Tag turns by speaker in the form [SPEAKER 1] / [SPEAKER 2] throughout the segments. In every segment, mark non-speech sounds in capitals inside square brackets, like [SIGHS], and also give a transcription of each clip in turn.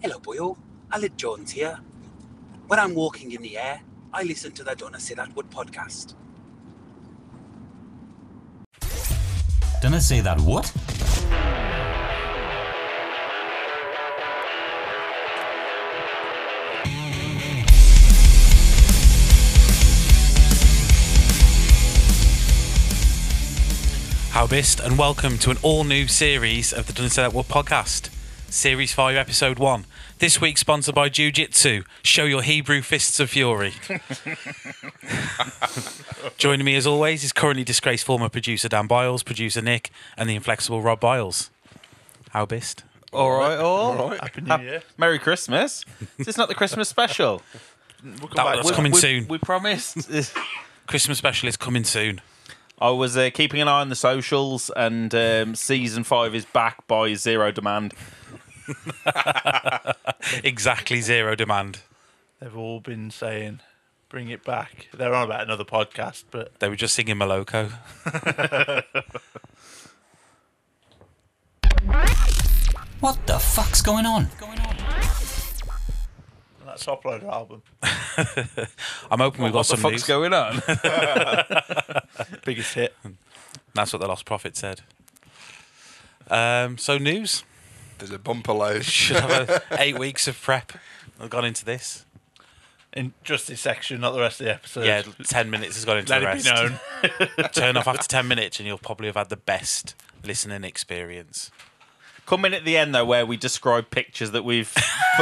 [SPEAKER 1] Hello, Boyle. Alec Jones here. When I'm walking in the air, I listen to the Donna Say That Word podcast.
[SPEAKER 2] Didn't I say that what?
[SPEAKER 3] How best, and welcome to an all new series of the Done Said That What podcast, Series 5, Episode 1. This week, sponsored by Jiu Jitsu. Show your Hebrew fists of fury. Joining me, as always, is currently disgraced former producer Dan Biles, producer Nick, and the inflexible Rob Biles. How best?
[SPEAKER 4] All right, all.
[SPEAKER 5] Happy New Year.
[SPEAKER 4] Merry Christmas. This is not the Christmas special.
[SPEAKER 5] We'll come
[SPEAKER 3] That-
[SPEAKER 5] back
[SPEAKER 3] that's
[SPEAKER 5] to
[SPEAKER 4] We-
[SPEAKER 3] coming
[SPEAKER 4] we-
[SPEAKER 3] soon.
[SPEAKER 4] We promised. [LAUGHS]
[SPEAKER 3] Christmas special is coming soon.
[SPEAKER 4] I was uh, keeping an eye on the socials, and um, season five is back by zero demand.
[SPEAKER 3] Exactly zero demand.
[SPEAKER 5] They've all been saying, bring it back. They're on about another podcast, but
[SPEAKER 3] They were just singing Maloko.
[SPEAKER 2] What the fuck's going on?
[SPEAKER 5] that's uploaded album.
[SPEAKER 3] I'm hoping we've got
[SPEAKER 4] What the
[SPEAKER 3] some
[SPEAKER 4] fuck's
[SPEAKER 3] news.
[SPEAKER 4] going on? [LAUGHS]
[SPEAKER 5] Biggest hit.
[SPEAKER 3] That's what the Lost Prophet said. Um, so, news.
[SPEAKER 6] There's a bumper
[SPEAKER 3] [LAUGHS]
[SPEAKER 6] load.
[SPEAKER 3] should have
[SPEAKER 5] [LAUGHS]
[SPEAKER 3] a, eight weeks of prep. I've gone into this.
[SPEAKER 5] In just this section, not the rest of the episode.
[SPEAKER 3] Yeah, ten minutes has gone into
[SPEAKER 5] Let
[SPEAKER 3] the
[SPEAKER 5] it
[SPEAKER 3] rest.
[SPEAKER 5] be known.
[SPEAKER 3] [LAUGHS] Turn off after ten minutes, and you'll probably have had the best listening experience.
[SPEAKER 4] Come in at the end though, where we describe pictures that we've [LAUGHS]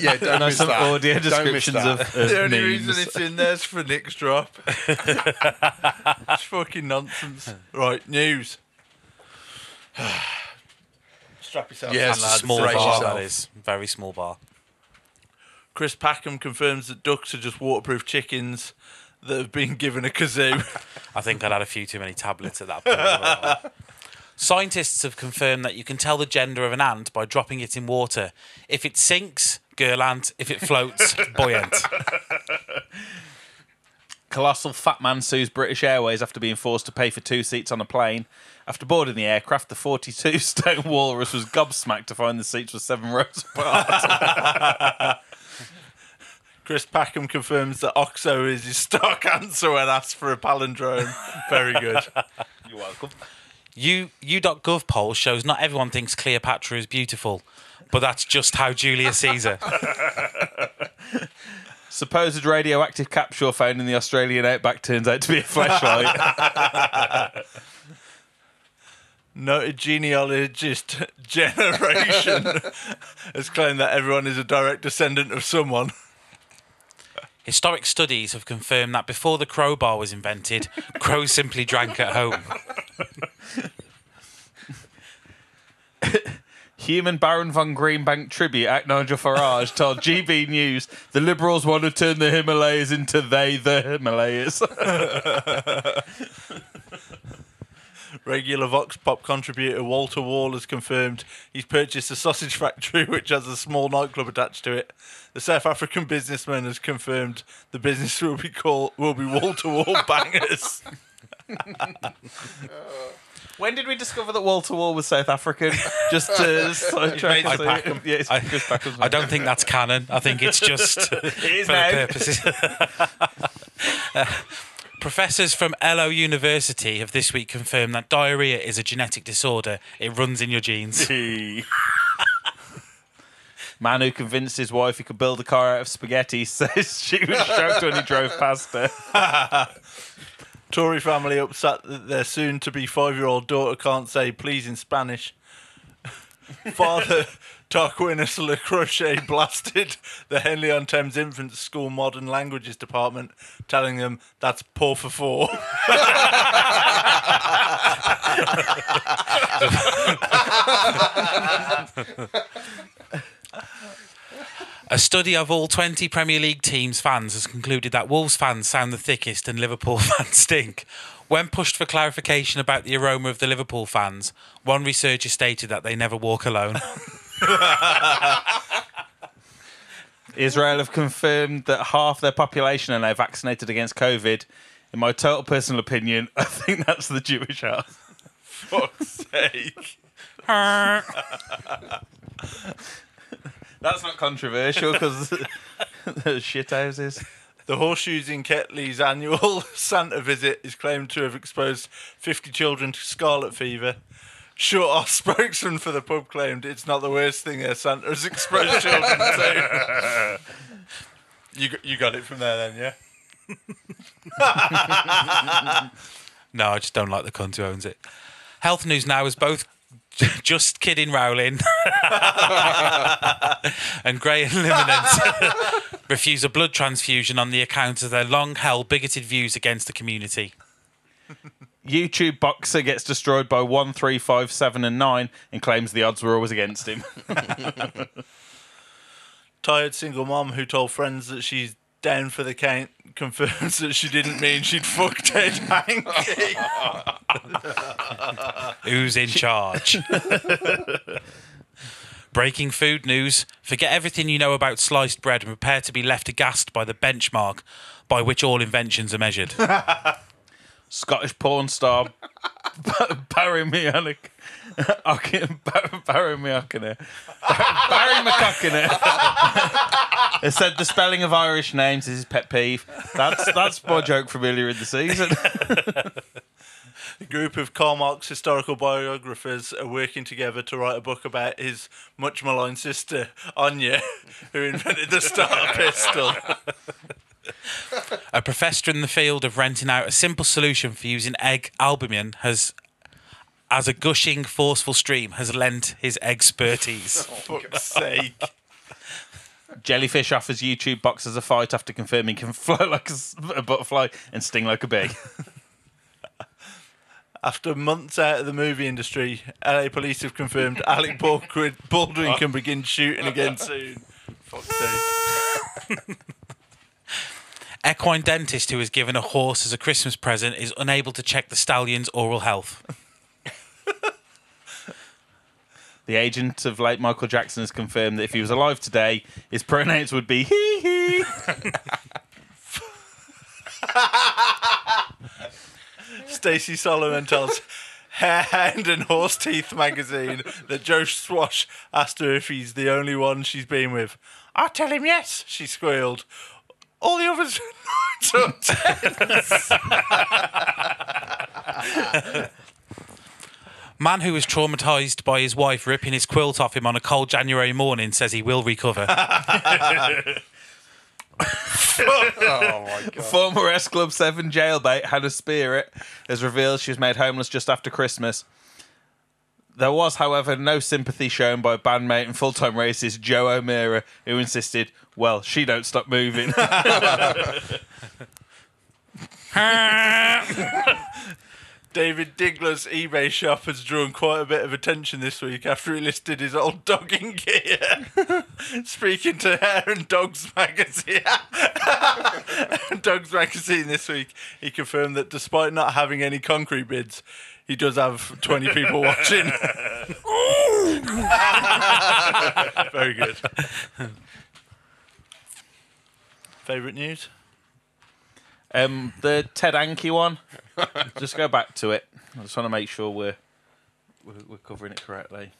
[SPEAKER 6] yeah, don't
[SPEAKER 4] No,
[SPEAKER 6] miss
[SPEAKER 4] some
[SPEAKER 6] that.
[SPEAKER 4] audio
[SPEAKER 6] Don't miss
[SPEAKER 4] descriptions of-
[SPEAKER 6] that.
[SPEAKER 4] of
[SPEAKER 5] [LAUGHS] the only
[SPEAKER 4] memes.
[SPEAKER 5] reason it's in there is for
[SPEAKER 3] [LAUGHS]
[SPEAKER 5] Nick's drop. it's fucking nonsense. Right, news. [SIGHS] Strap yourself
[SPEAKER 6] Yes.
[SPEAKER 3] That's
[SPEAKER 5] in,
[SPEAKER 3] a
[SPEAKER 5] lads.
[SPEAKER 3] small bar.
[SPEAKER 6] brace yourself.
[SPEAKER 3] That is very small bar.
[SPEAKER 5] Chris Packham confirms that ducks are just waterproof chickens that have been given a kazoo. [LAUGHS]
[SPEAKER 3] I think I'd had a few too many tablets at that point. Scientists have confirmed that you can tell the gender of an ant by dropping it in water. If it sinks, girl ant. If it
[SPEAKER 5] [LAUGHS]
[SPEAKER 3] floats, buoyant.
[SPEAKER 4] Colossal fat man sues British Airways after being forced to pay for two seats on a plane. After boarding the aircraft, the 42 [LAUGHS] stone walrus was gobsmacked to find the seats were seven rows apart.
[SPEAKER 5] Chris Packham confirms that Oxo is his stock [LAUGHS] answer when asked for a palindrome. Very good.
[SPEAKER 4] [LAUGHS] You're welcome.
[SPEAKER 3] U, U.gov poll shows not everyone thinks Cleopatra is beautiful, but that's just how Julius Caesar.
[SPEAKER 4] Supposed radioactive capsule found in the Australian outback turns out to be a [LAUGHS] flashlight.
[SPEAKER 5] Noted genealogist [LAUGHS] Generation has claimed that everyone is a direct descendant of someone.
[SPEAKER 3] Historic studies have confirmed that before the crowbar was invented, crows simply drank at home.
[SPEAKER 4] Human Baron von Greenbank tribute at Nigel Farage told GB News the Liberals want to turn the Himalayas into they the Himalayas. [LAUGHS]
[SPEAKER 5] Regular Vox Pop contributor Walter Wall has confirmed he's purchased a sausage factory [LAUGHS] which has a small nightclub attached to it. The South African businessman has confirmed the business will be called will be Walter Wall [LAUGHS] Bangers.
[SPEAKER 4] when did we discover that Walter Wall was South [LAUGHS] African? Just to sidetrack.
[SPEAKER 3] It's
[SPEAKER 4] us. [LAUGHS]
[SPEAKER 3] Packham.
[SPEAKER 4] Yeah, it's
[SPEAKER 3] I-
[SPEAKER 4] Chris Packham's
[SPEAKER 3] I don't think that's canon. I think it's just
[SPEAKER 4] is
[SPEAKER 3] for
[SPEAKER 4] now.
[SPEAKER 3] the purposes. [LAUGHS] Professors from LO University have this week confirmed that diarrhea is a genetic disorder. It runs in your genes.
[SPEAKER 4] mate. [LAUGHS] Man who convinced his wife he could build a car out of spaghetti [LAUGHS] says she was choked when he drove past her.
[SPEAKER 5] Tory family upset that their soon to be five year old daughter can't say please in Spanish. [LAUGHS] Father Tarquinus Le Crochet blasted the Henley on Thames Infant School Modern Languages Department, telling them that's poor for four. [LAUGHS]
[SPEAKER 3] A study of all 20 Premier League teams' fans has concluded that Wolves fans sound the thickest and Liverpool [LAUGHS] fans stink. When pushed for clarification about the aroma of the Liverpool fans, one researcher stated that they never walk alone.
[SPEAKER 4] Israel have confirmed that half their population are now vaccinated against COVID. In my total personal opinion, [LAUGHS] I think that's the Jewish half.
[SPEAKER 5] Fuck's sake.
[SPEAKER 4] [LAUGHS] That's not controversial because [LAUGHS] the shit houses.
[SPEAKER 5] The Horseshoes in Ketley's annual [LAUGHS] Santa visit is claimed to have exposed 50 children to scarlet fever. Sure, our spokesman for the pub claimed it's not the worst thing their Santa has exposed children to. You, g- you got it from there then, yeah?
[SPEAKER 3] No, I just don't like the cunt who owns it. Health News Now is both just kidding Rowling [LAUGHS] and Grey and Luminance [LAUGHS] refuse a blood transfusion on the account of their long held bigoted views against the community.
[SPEAKER 4] YouTube boxer gets destroyed by one, three, five, seven, and 9 and claims the odds were always against him. [LAUGHS]
[SPEAKER 5] Tired single mom who told friends that she's down for the count confirms that she didn't mean she'd fuck [LAUGHS] dead Hank.
[SPEAKER 3] Who's in charge? [LAUGHS] Breaking food news. Forget everything you know about sliced bread and prepare to be left aghast by the benchmark by which all inventions are measured.
[SPEAKER 4] Scottish porn star Ba- Barry Mihalik. [LAUGHS] Barry Mihalik. [LAUGHS] Barry [LAUGHS] McCockiner. It said the spelling of Irish names is his pet peeve. That's that's my joke from earlier in the season. [LAUGHS]
[SPEAKER 5] A group of Karl Marx historical biographers are working together to write a book about his much maligned sister, Anya, [LAUGHS] who invented the starter pistol.
[SPEAKER 3] A professor in the field of renting out a simple solution for using egg albumin has, as a gushing, forceful stream, has lent his
[SPEAKER 4] [LAUGHS]
[SPEAKER 3] expertise.
[SPEAKER 5] Fuck's sake.
[SPEAKER 4] Jellyfish offers YouTube boxers a fight after confirming can fly like a, s- a butterfly and sting like a bee.
[SPEAKER 5] After months out of the movie industry, LA police have confirmed Alec Baldwin, Baldwin can begin shooting again soon. Fuck's sake.
[SPEAKER 3] Equine dentist who was given a horse as a Christmas present is unable to check the stallion's oral health.
[SPEAKER 4] The agent of late Michael Jackson has confirmed that if he was alive today, his pronouns would be hee hee.
[SPEAKER 5] Stacey Solomon tells Hair Hound and Horse Teeth magazine that Joe Swash asked her if he's the only one she's been with. I tell him yes, she squealed. All the others are [LAUGHS] nine out of ten.
[SPEAKER 3] Man who was traumatized by his wife ripping his quilt off him on a cold January morning says he will
[SPEAKER 4] [LAUGHS]
[SPEAKER 3] recover.
[SPEAKER 6] Oh my god.
[SPEAKER 4] Former S Club 7 jailbait Hannah Spirit has revealed she was made homeless just after Christmas. There was, however, no sympathy shown by bandmate and full-time racist Joe O'Meara, who insisted, well, she don't stop moving. [LAUGHS]
[SPEAKER 5] David Digler's eBay shop has drawn quite a bit of attention this week after he listed his old [LAUGHS] dogging gear. [LAUGHS] Speaking to Hair and Dogs magazine, [LAUGHS] Dogs magazine this week, he confirmed that despite not having any concrete bids, he does have 20 people watching. [LAUGHS] Very good. Favorite news?
[SPEAKER 4] um, the Ted Anki one, just go back to it. I just want to make sure we're, we're, we're covering it correctly.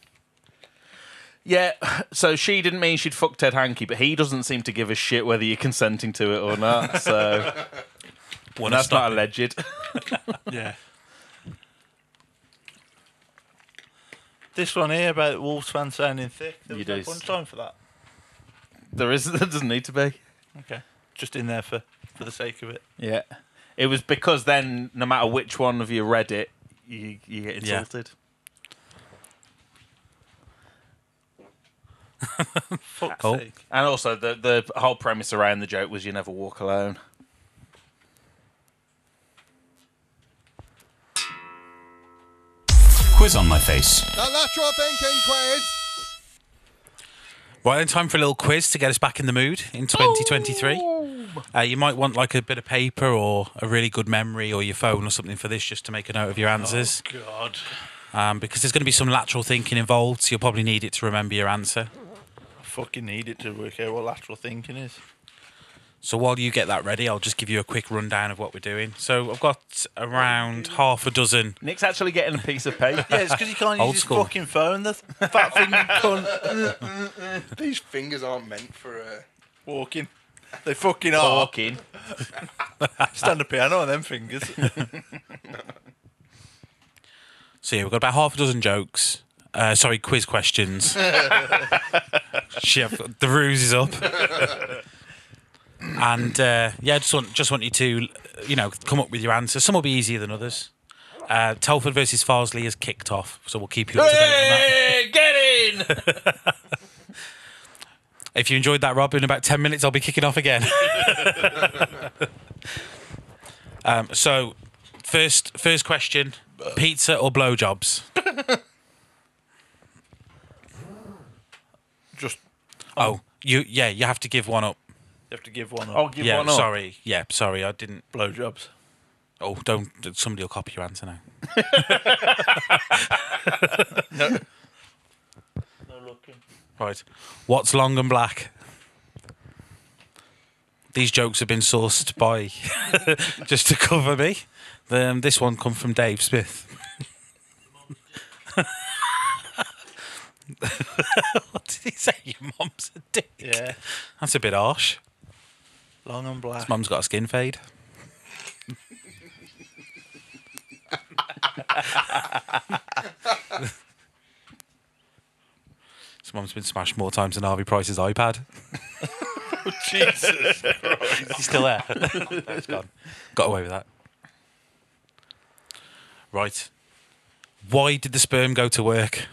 [SPEAKER 4] Yeah, so she didn't mean she'd fuck Ted Hankey, but he doesn't seem to give a shit whether you're consenting to it or
[SPEAKER 3] [LAUGHS]
[SPEAKER 4] not, so...
[SPEAKER 3] Wanna
[SPEAKER 4] That's
[SPEAKER 3] stop
[SPEAKER 4] not alleged.
[SPEAKER 5] Yeah. This one here about Wolves fans sounding thick. There
[SPEAKER 4] You
[SPEAKER 5] was
[SPEAKER 4] do.
[SPEAKER 5] no punchline for that.
[SPEAKER 4] there is. [LAUGHS] There doesn't need to be.
[SPEAKER 5] Okay. Just in there for, for the sake of it.
[SPEAKER 4] Yeah. It was because then, no matter which one of you read it, you, you get
[SPEAKER 3] Yeah.
[SPEAKER 4] insulted. [LAUGHS]
[SPEAKER 5] Fuck's
[SPEAKER 3] Cool.
[SPEAKER 5] sake.
[SPEAKER 4] And also, the the whole premise around the joke was you never walk alone.
[SPEAKER 2] Quiz on my face.
[SPEAKER 7] Now that's your thinking quiz.
[SPEAKER 3] Right, then time for a little quiz to get us back in the mood in 2023. Uh, you might want like a bit of paper or a really good memory or your phone or something for this just to make a note of your answers.
[SPEAKER 5] God.
[SPEAKER 3] Um, because there's going to be some lateral thinking involved, so you'll probably need it to remember your answer.
[SPEAKER 4] [LAUGHS]
[SPEAKER 5] I fucking need it to work out what lateral thinking is.
[SPEAKER 3] So while you get that ready, I'll just give you a quick rundown of what we're doing. So I've got around half a dozen.
[SPEAKER 4] Nick's actually getting a piece of
[SPEAKER 3] [LAUGHS]
[SPEAKER 4] paper.
[SPEAKER 5] Yeah, it's because you can't
[SPEAKER 3] Old
[SPEAKER 5] use
[SPEAKER 3] school.
[SPEAKER 5] his fucking phone. The fat thing cunt
[SPEAKER 6] [LAUGHS] These fingers aren't meant for. Uh,
[SPEAKER 5] [LAUGHS] walking. They fucking are.
[SPEAKER 4] Talking.
[SPEAKER 5] Stand a piano on
[SPEAKER 4] [LAUGHS]
[SPEAKER 5] them fingers.
[SPEAKER 3] So yeah, we've got about half a dozen jokes. Uh, sorry, quiz
[SPEAKER 4] [LAUGHS]
[SPEAKER 3] questions. Shit, I've got- the ruse is up. [LAUGHS] and uh, yeah, I just want just want you to, you know, come up with your answers. Some will be easier than others. Uh, Telford versus Farsley has kicked off, so we'll keep you up to date on that.
[SPEAKER 4] Hey, get in!
[SPEAKER 3] [LAUGHS] If you enjoyed that, Rob, in about 10 minutes, I'll be kicking off again. [LAUGHS] um, so, first first question pizza or blowjobs?
[SPEAKER 5] Just
[SPEAKER 3] Oh, you yeah, you have to give one up.
[SPEAKER 5] you have to give one up.
[SPEAKER 4] I'll give
[SPEAKER 3] yeah,
[SPEAKER 4] one up.
[SPEAKER 3] sorry. Yeah, sorry. I didn't.
[SPEAKER 5] blowjobs.
[SPEAKER 3] Oh, don't. Somebody will copy your answer now.
[SPEAKER 5] No looking.
[SPEAKER 3] Right. What's long and black? These jokes have been sourced by [LAUGHS] just to cover me. Um, this one come from Dave Smith. [LAUGHS] what did he say? Your mum's a dick.
[SPEAKER 5] Yeah,
[SPEAKER 3] That's a bit harsh.
[SPEAKER 5] long and black.
[SPEAKER 3] Mum's got a skin fade. His mum's been smashed more times than Harvey Price's iPad.
[SPEAKER 5] Jesus.
[SPEAKER 3] He's still [LAUGHS] there. No, he's gone. Got away with that. Right. Why did the sperm go to [LAUGHS] work?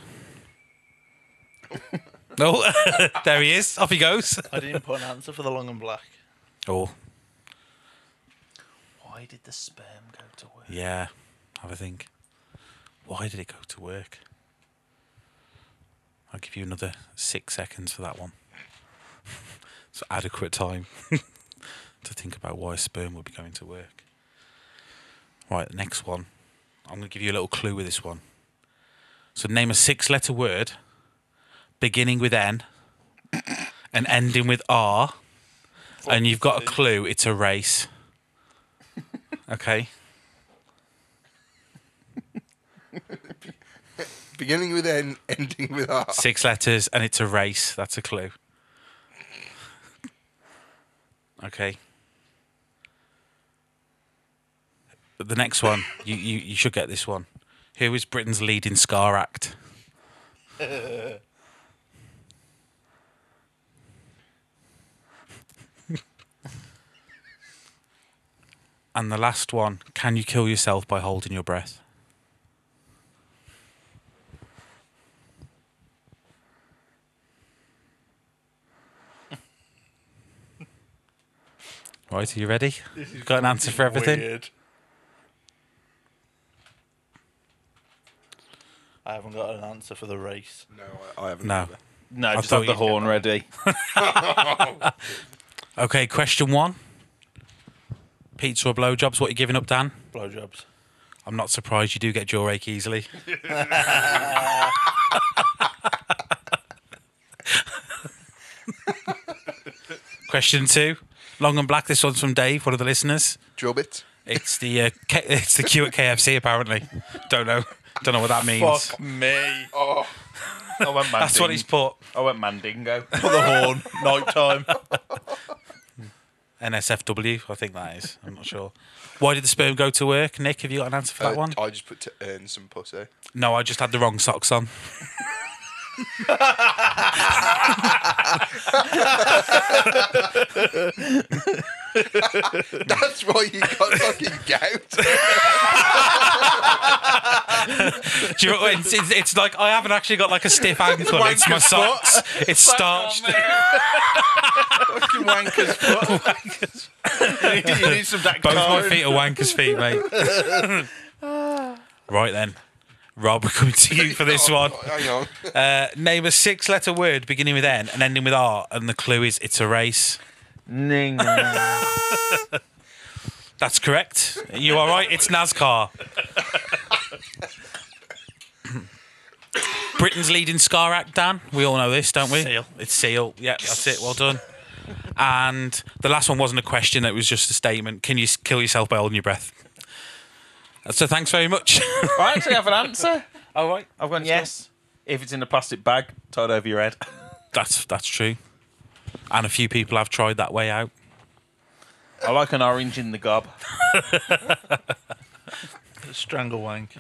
[SPEAKER 3] No, [LAUGHS] there he is. Off he goes.
[SPEAKER 5] I didn't put an answer for the long and black.
[SPEAKER 3] Oh,
[SPEAKER 4] Why did the sperm go to work?
[SPEAKER 3] yeah. Have a think. Why did it go to work? I'll give you another six seconds for that one. [LAUGHS] It's adequate time [LAUGHS] to think about why sperm would be going to work. Right, next one. I'm going to give you a little clue with this one. So, name a six letter word beginning with N [COUGHS] and ending with R, and you've got a clue it's a race. [LAUGHS] Okay.
[SPEAKER 6] beginning with N, [LAUGHS] ending with R.
[SPEAKER 3] Six letters and it's a race. That's a clue. Okay. The next one, you, you, you should get this one. Who is Britain's leading scar act? and the last one, can you kill yourself by holding your breath? [LAUGHS] Right, are you ready? Got an answer for everything?
[SPEAKER 5] Weird. I haven't got an answer for the race.
[SPEAKER 6] No, I, I haven't.
[SPEAKER 3] No.
[SPEAKER 4] No, just
[SPEAKER 3] thought
[SPEAKER 4] have the
[SPEAKER 3] you'd
[SPEAKER 4] horn ready.
[SPEAKER 3] Okay, question one. Pizza or blowjobs? What are you giving up, Dan?
[SPEAKER 5] Blowjobs.
[SPEAKER 3] I'm not surprised you do get jaw ache
[SPEAKER 6] [LAUGHS]
[SPEAKER 3] easily. question two. Long and black. This one's from Dave, one of the listeners.
[SPEAKER 6] Job it.
[SPEAKER 3] It's the uh, K- it's the queue at KFC apparently. Don't know. Don't know what that means. [LAUGHS]
[SPEAKER 5] Fuck me.
[SPEAKER 6] Oh,
[SPEAKER 4] I went Mandingo.
[SPEAKER 3] That's what he's put.
[SPEAKER 4] I went [LAUGHS] Mandingo.
[SPEAKER 5] Put the horn. Night [LAUGHS] time.
[SPEAKER 3] NSFW, I think that is. I'm not sure. Why did the sperm go to work? Nick, have you got an answer for that
[SPEAKER 6] uh,
[SPEAKER 3] one?
[SPEAKER 6] I just put to earn some pussy. [LAUGHS]
[SPEAKER 3] No, I just had the wrong socks on.
[SPEAKER 6] That's why you got fucking gout.
[SPEAKER 3] Do you know, it's, it's, it's like I haven't actually got like a stiff ankle. It's my socks. It's starched.
[SPEAKER 5] Fucking wankers. Fuck. you need some that
[SPEAKER 3] Both my feet are wanker's feet, mate. [LAUGHS] right then, Rob, we're coming to you for
[SPEAKER 6] Oh,
[SPEAKER 3] this one.
[SPEAKER 6] Hang on.
[SPEAKER 3] Uh, name a six-letter word beginning with N and ending with R, and the clue is it's a race.
[SPEAKER 4] Ning.
[SPEAKER 3] That's correct. You are right. It's NASCAR. Britain's leading scar act, Dan. We all know this, don't we?
[SPEAKER 5] Seal.
[SPEAKER 3] It's Seal. Yeah, that's it. Well done. And the last one wasn't a question; it was just a statement. Can you s- kill yourself by holding your breath? So thanks very much. [LAUGHS]
[SPEAKER 4] I actually have an answer.
[SPEAKER 3] All right,
[SPEAKER 4] I've gone yes. If it's in a plastic bag tied over your head. [LAUGHS]
[SPEAKER 3] that's that's true. And a few people have tried that way out.
[SPEAKER 4] I like an orange in the gob.
[SPEAKER 5] Strangle wank.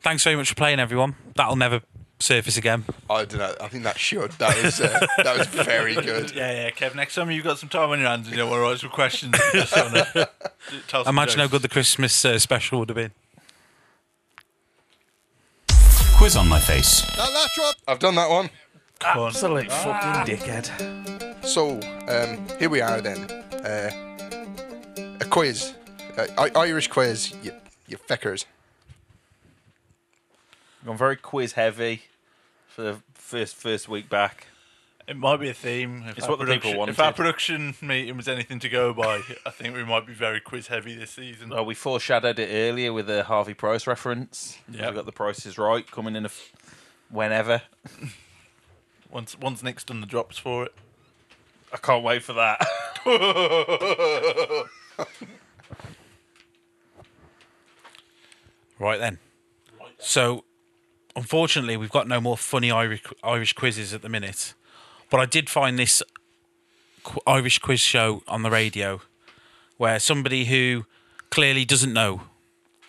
[SPEAKER 3] Thanks very much for playing, everyone. That'll never surface again.
[SPEAKER 6] I don't know. I think that should. That was uh, that was very good.
[SPEAKER 5] Yeah, yeah, Kev. Next time you've got some time on your hands and you don't want to write some questions, just wanna [LAUGHS] d- tell some
[SPEAKER 3] Imagine how
[SPEAKER 5] jokes.
[SPEAKER 3] good the Christmas uh, special would have been.
[SPEAKER 2] Quiz on my face.
[SPEAKER 7] That last drop.
[SPEAKER 6] I've done that one.
[SPEAKER 4] Absolute fucking dickhead.
[SPEAKER 6] So um, here we are then. Uh, a quiz, uh, I- Irish quiz. You, you feckers.
[SPEAKER 4] I'm very quiz heavy for the first first week back.
[SPEAKER 5] It might be a theme. If
[SPEAKER 4] It's
[SPEAKER 5] our
[SPEAKER 4] what the people
[SPEAKER 5] production- If
[SPEAKER 4] wanted.
[SPEAKER 5] our production meeting was anything to go by, I think we might be very quiz heavy this season.
[SPEAKER 4] Well, we foreshadowed it earlier with the Harvey Price reference.
[SPEAKER 5] Yep.
[SPEAKER 4] We got the prices right coming in a f- whenever.
[SPEAKER 5] Once, once Nick's done the drops for it.
[SPEAKER 4] I can't wait for that.
[SPEAKER 3] Right then. So, unfortunately, we've got no more funny Irish Irish quizzes at the minute. But I did find this qu- Irish quiz show on the radio, where somebody who clearly doesn't know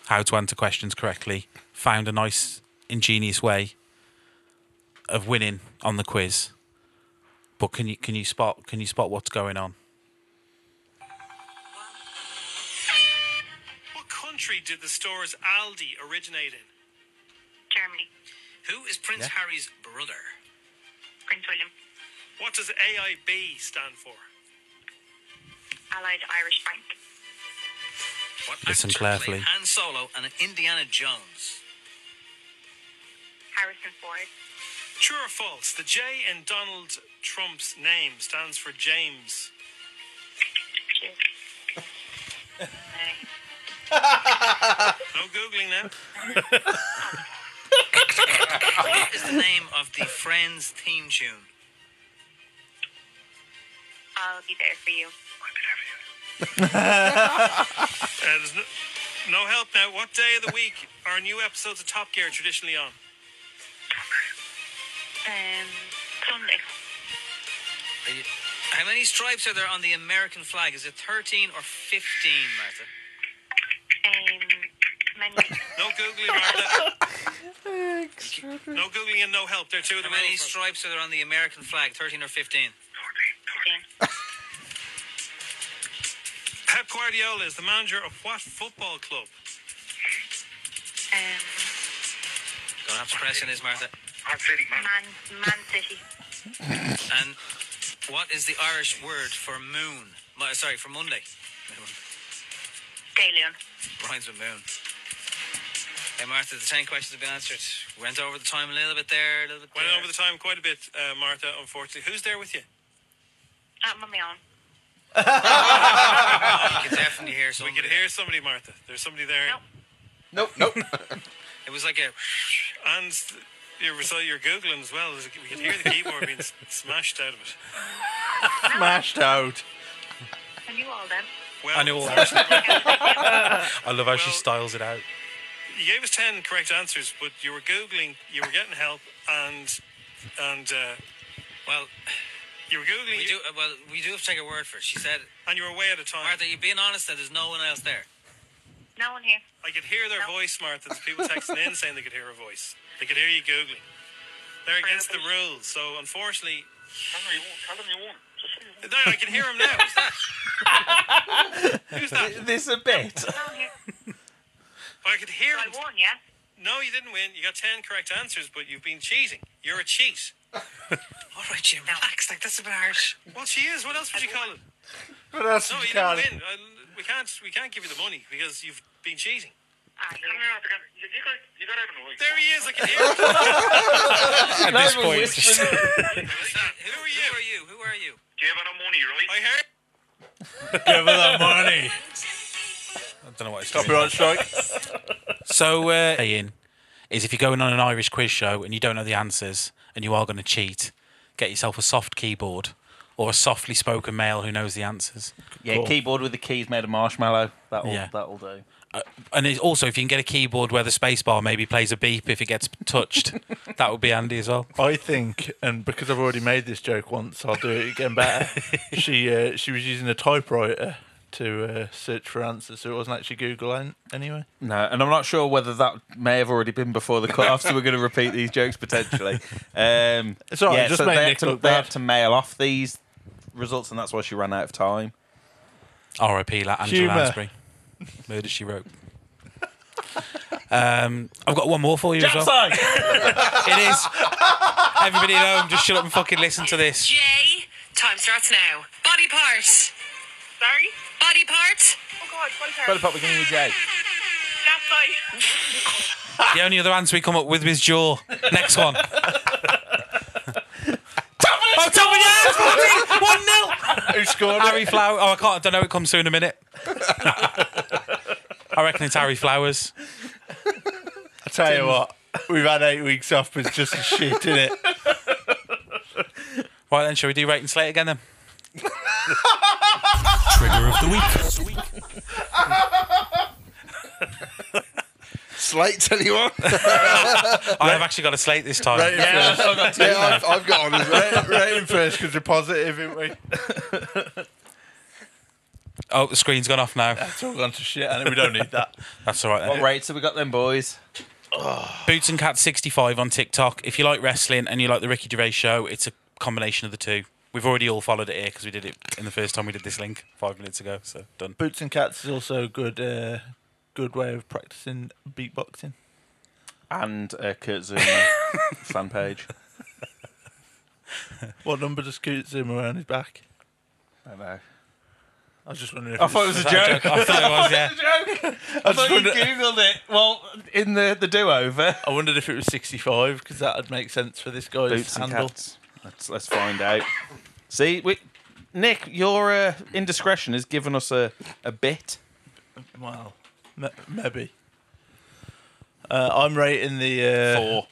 [SPEAKER 3] how to answer questions correctly found a nice, ingenious way of winning on the quiz. But can you can you spot can you spot what's going on?
[SPEAKER 8] What country did the stores Aldi originate in?
[SPEAKER 9] Germany,
[SPEAKER 8] Who is Prince Harry's brother?
[SPEAKER 9] Prince William,
[SPEAKER 8] What does AIB stand for?
[SPEAKER 9] Allied Irish Bank,
[SPEAKER 8] What
[SPEAKER 3] Listen
[SPEAKER 8] actor
[SPEAKER 3] carefully.
[SPEAKER 8] played Han Solo and Indiana Jones.
[SPEAKER 9] Harrison Ford,
[SPEAKER 8] True or false? The J in Donald Trump's name stands for James.
[SPEAKER 9] cheers. Uh,
[SPEAKER 8] No googling now. what is the name of the Friends theme tune?
[SPEAKER 9] I'll be there for you.
[SPEAKER 8] Uh, there's no, no help now. What day of the week are new episodes of Top Gear traditionally on?
[SPEAKER 9] Um, Sunday,
[SPEAKER 8] How many stripes are there on the American flag? Is it 13 or 15, Martha?
[SPEAKER 9] um, many,
[SPEAKER 8] No googling, Martha. no googling and no help. There are two of them. How many stripes are there on the American flag? 13 or 15?
[SPEAKER 9] again,
[SPEAKER 8] Pep Guardiola is the manager of what football club?
[SPEAKER 9] um,
[SPEAKER 8] Gonna have to press in this, Martha.
[SPEAKER 9] Man, Man City,
[SPEAKER 8] And what is the Irish word for moon? Mo- Sorry, for Monday.
[SPEAKER 9] Day Leon.
[SPEAKER 8] Rhymes with moon. Hey Martha, the ten questions have been answered. Went over the time a little bit there, a little bit. Went over the time quite a bit, uh, Martha. Unfortunately, who's there with you?
[SPEAKER 9] Uh, I'm on my own.
[SPEAKER 8] You can definitely hear somebody. [LAUGHS] We could hear somebody, Martha. There's somebody there.
[SPEAKER 9] Nope.
[SPEAKER 6] Nope, nope.
[SPEAKER 8] It was like a. And you're, so you're googling as well. We could hear the keyboard being s- smashed out of it.
[SPEAKER 5] Smashed
[SPEAKER 4] [LAUGHS]
[SPEAKER 5] out.
[SPEAKER 9] I knew all [LAUGHS] them.
[SPEAKER 8] Well,
[SPEAKER 3] I know all I love how she
[SPEAKER 8] Well-
[SPEAKER 3] styles it out.
[SPEAKER 8] You gave us ten correct answers, but you were googling. You were getting help, and and uh, well, you were googling.
[SPEAKER 10] We do uh, well. We do have to take her word for it. She said,
[SPEAKER 8] and you were way out of time.
[SPEAKER 10] "Martha, you're being honest. That there's no one else there."
[SPEAKER 9] No one here.
[SPEAKER 8] I could hear their voice, Martha. There's people texting in saying they could hear her voice. They could hear you googling. They're against the rules, so unfortunately. No, I can hear him now. Who's that? Who's
[SPEAKER 4] [LAUGHS]
[SPEAKER 8] that?
[SPEAKER 4] this a bit.
[SPEAKER 9] No one here.
[SPEAKER 8] I could hear
[SPEAKER 9] I
[SPEAKER 8] him.
[SPEAKER 9] won, yeah?
[SPEAKER 8] No, you didn't win. You got ten correct answers, but you've been cheating. You're a [LAUGHS] cheat.
[SPEAKER 10] All right, Jim, relax. Like that's a bit harsh.
[SPEAKER 8] Well, she is. What else would you call it?
[SPEAKER 5] But that's
[SPEAKER 8] No, you didn't win. Uh, we can't. We can't give you the money because you've been cheating.
[SPEAKER 9] Ah, yeah.
[SPEAKER 8] There he is. I [LAUGHS] can hear him.
[SPEAKER 3] At this point,
[SPEAKER 8] Who's that? Who are you?
[SPEAKER 10] Who are you? Who are you?
[SPEAKER 8] I heard.
[SPEAKER 5] Give her that money.
[SPEAKER 3] I don't know what it's
[SPEAKER 5] Copyright strike.
[SPEAKER 3] So, uh, saying is if you're going on an Irish quiz show and you don't know the answers and you are going to cheat, get yourself a soft keyboard or a softly spoken male who knows the answers.
[SPEAKER 4] [LAUGHS] Yeah, keyboard with the keys made of marshmallow. That'll
[SPEAKER 3] Yeah.
[SPEAKER 4] that'll do.
[SPEAKER 3] Uh, and it's also, if you can get a keyboard where the spacebar maybe plays a beep if it gets [LAUGHS] touched, that would be handy as well.
[SPEAKER 5] I think, and because I've already made this joke once, I'll do it again better. [LAUGHS] she uh, she was using a typewriter to uh, search for answers, so it wasn't actually Google an- anyway.
[SPEAKER 4] No, and I'm not sure whether that may have already been before the cut-off, so we're going to repeat these jokes potentially. Um,
[SPEAKER 5] It's all right,
[SPEAKER 4] yeah,
[SPEAKER 5] just
[SPEAKER 4] so
[SPEAKER 5] make
[SPEAKER 4] they,
[SPEAKER 5] Nick
[SPEAKER 4] had to,
[SPEAKER 5] look
[SPEAKER 4] they
[SPEAKER 5] bad.
[SPEAKER 4] had to mail off these results, and that's why she ran out of time.
[SPEAKER 3] R.I.P. La- Angela
[SPEAKER 4] Humour.
[SPEAKER 3] Lansbury. Murder She Wrote. Um, I've got one more for you as
[SPEAKER 4] [LAUGHS]
[SPEAKER 3] well. it is. Everybody at home, just shut up and fucking listen to this.
[SPEAKER 9] J. Time starts now. Body part. Sorry? Body part. Oh, God. Body part.
[SPEAKER 4] Better pop with you, [LAUGHS] Jay.
[SPEAKER 9] That's right.
[SPEAKER 3] The only other answer we come up with was jaw. Next one. Oh, top of your head, One 0
[SPEAKER 5] Who scored?
[SPEAKER 3] Harry Flower. Oh, I can't. I don't know. It comes through in a minute. I reckon it's Harry Flowers.
[SPEAKER 5] I tell you what, we've had eight weeks off, but it's just as shit, isn't it?
[SPEAKER 3] Right then, shall we do rate and slate again then?
[SPEAKER 2] Trigger of the week.
[SPEAKER 6] Slates, anyone?
[SPEAKER 3] I have actually got a slate this time.
[SPEAKER 5] Rating first.
[SPEAKER 6] yeah, I've, I've got on as well.
[SPEAKER 5] Ra- Rating [LAUGHS] first because we're positive, aren't we?
[SPEAKER 3] Oh, the screen's gone off now.
[SPEAKER 5] [LAUGHS] It's all gone to shit, and we don't need that.
[SPEAKER 3] That's all right then.
[SPEAKER 4] What rates have we got then, boys?
[SPEAKER 3] Boots and Cat 65 on TikTok. If you like wrestling and you like the Ricky Gervais show, it's a combination of the two. We've already all followed it here because we did it in the first time we did this link five minutes ago. So
[SPEAKER 5] [LAUGHS]
[SPEAKER 3] done.
[SPEAKER 5] Boots and cats is also a good, uh, good way of practicing beatboxing.
[SPEAKER 4] And uh, Kurt Zuma [LAUGHS] fan page.
[SPEAKER 5] What number does Coot Zoom around his back?
[SPEAKER 4] I don't know.
[SPEAKER 5] I was just wondering. If
[SPEAKER 4] I
[SPEAKER 5] it's-
[SPEAKER 4] thought it was a
[SPEAKER 3] That
[SPEAKER 4] joke.
[SPEAKER 3] I thought it was, yeah.
[SPEAKER 4] joke.
[SPEAKER 5] I
[SPEAKER 4] [LAUGHS] I
[SPEAKER 5] just
[SPEAKER 4] thought you
[SPEAKER 5] wondered-
[SPEAKER 4] googled it. Well, in the the do over.
[SPEAKER 5] I wondered if it was 65 because that would make sense for this guy's
[SPEAKER 4] Boots and
[SPEAKER 5] handle.
[SPEAKER 4] cats. Let's let's find out. See, we, Nick, your uh, indiscretion has given us a a bit.
[SPEAKER 5] Well, m- maybe. Uh, I'm rating the. Uh,
[SPEAKER 4] Four.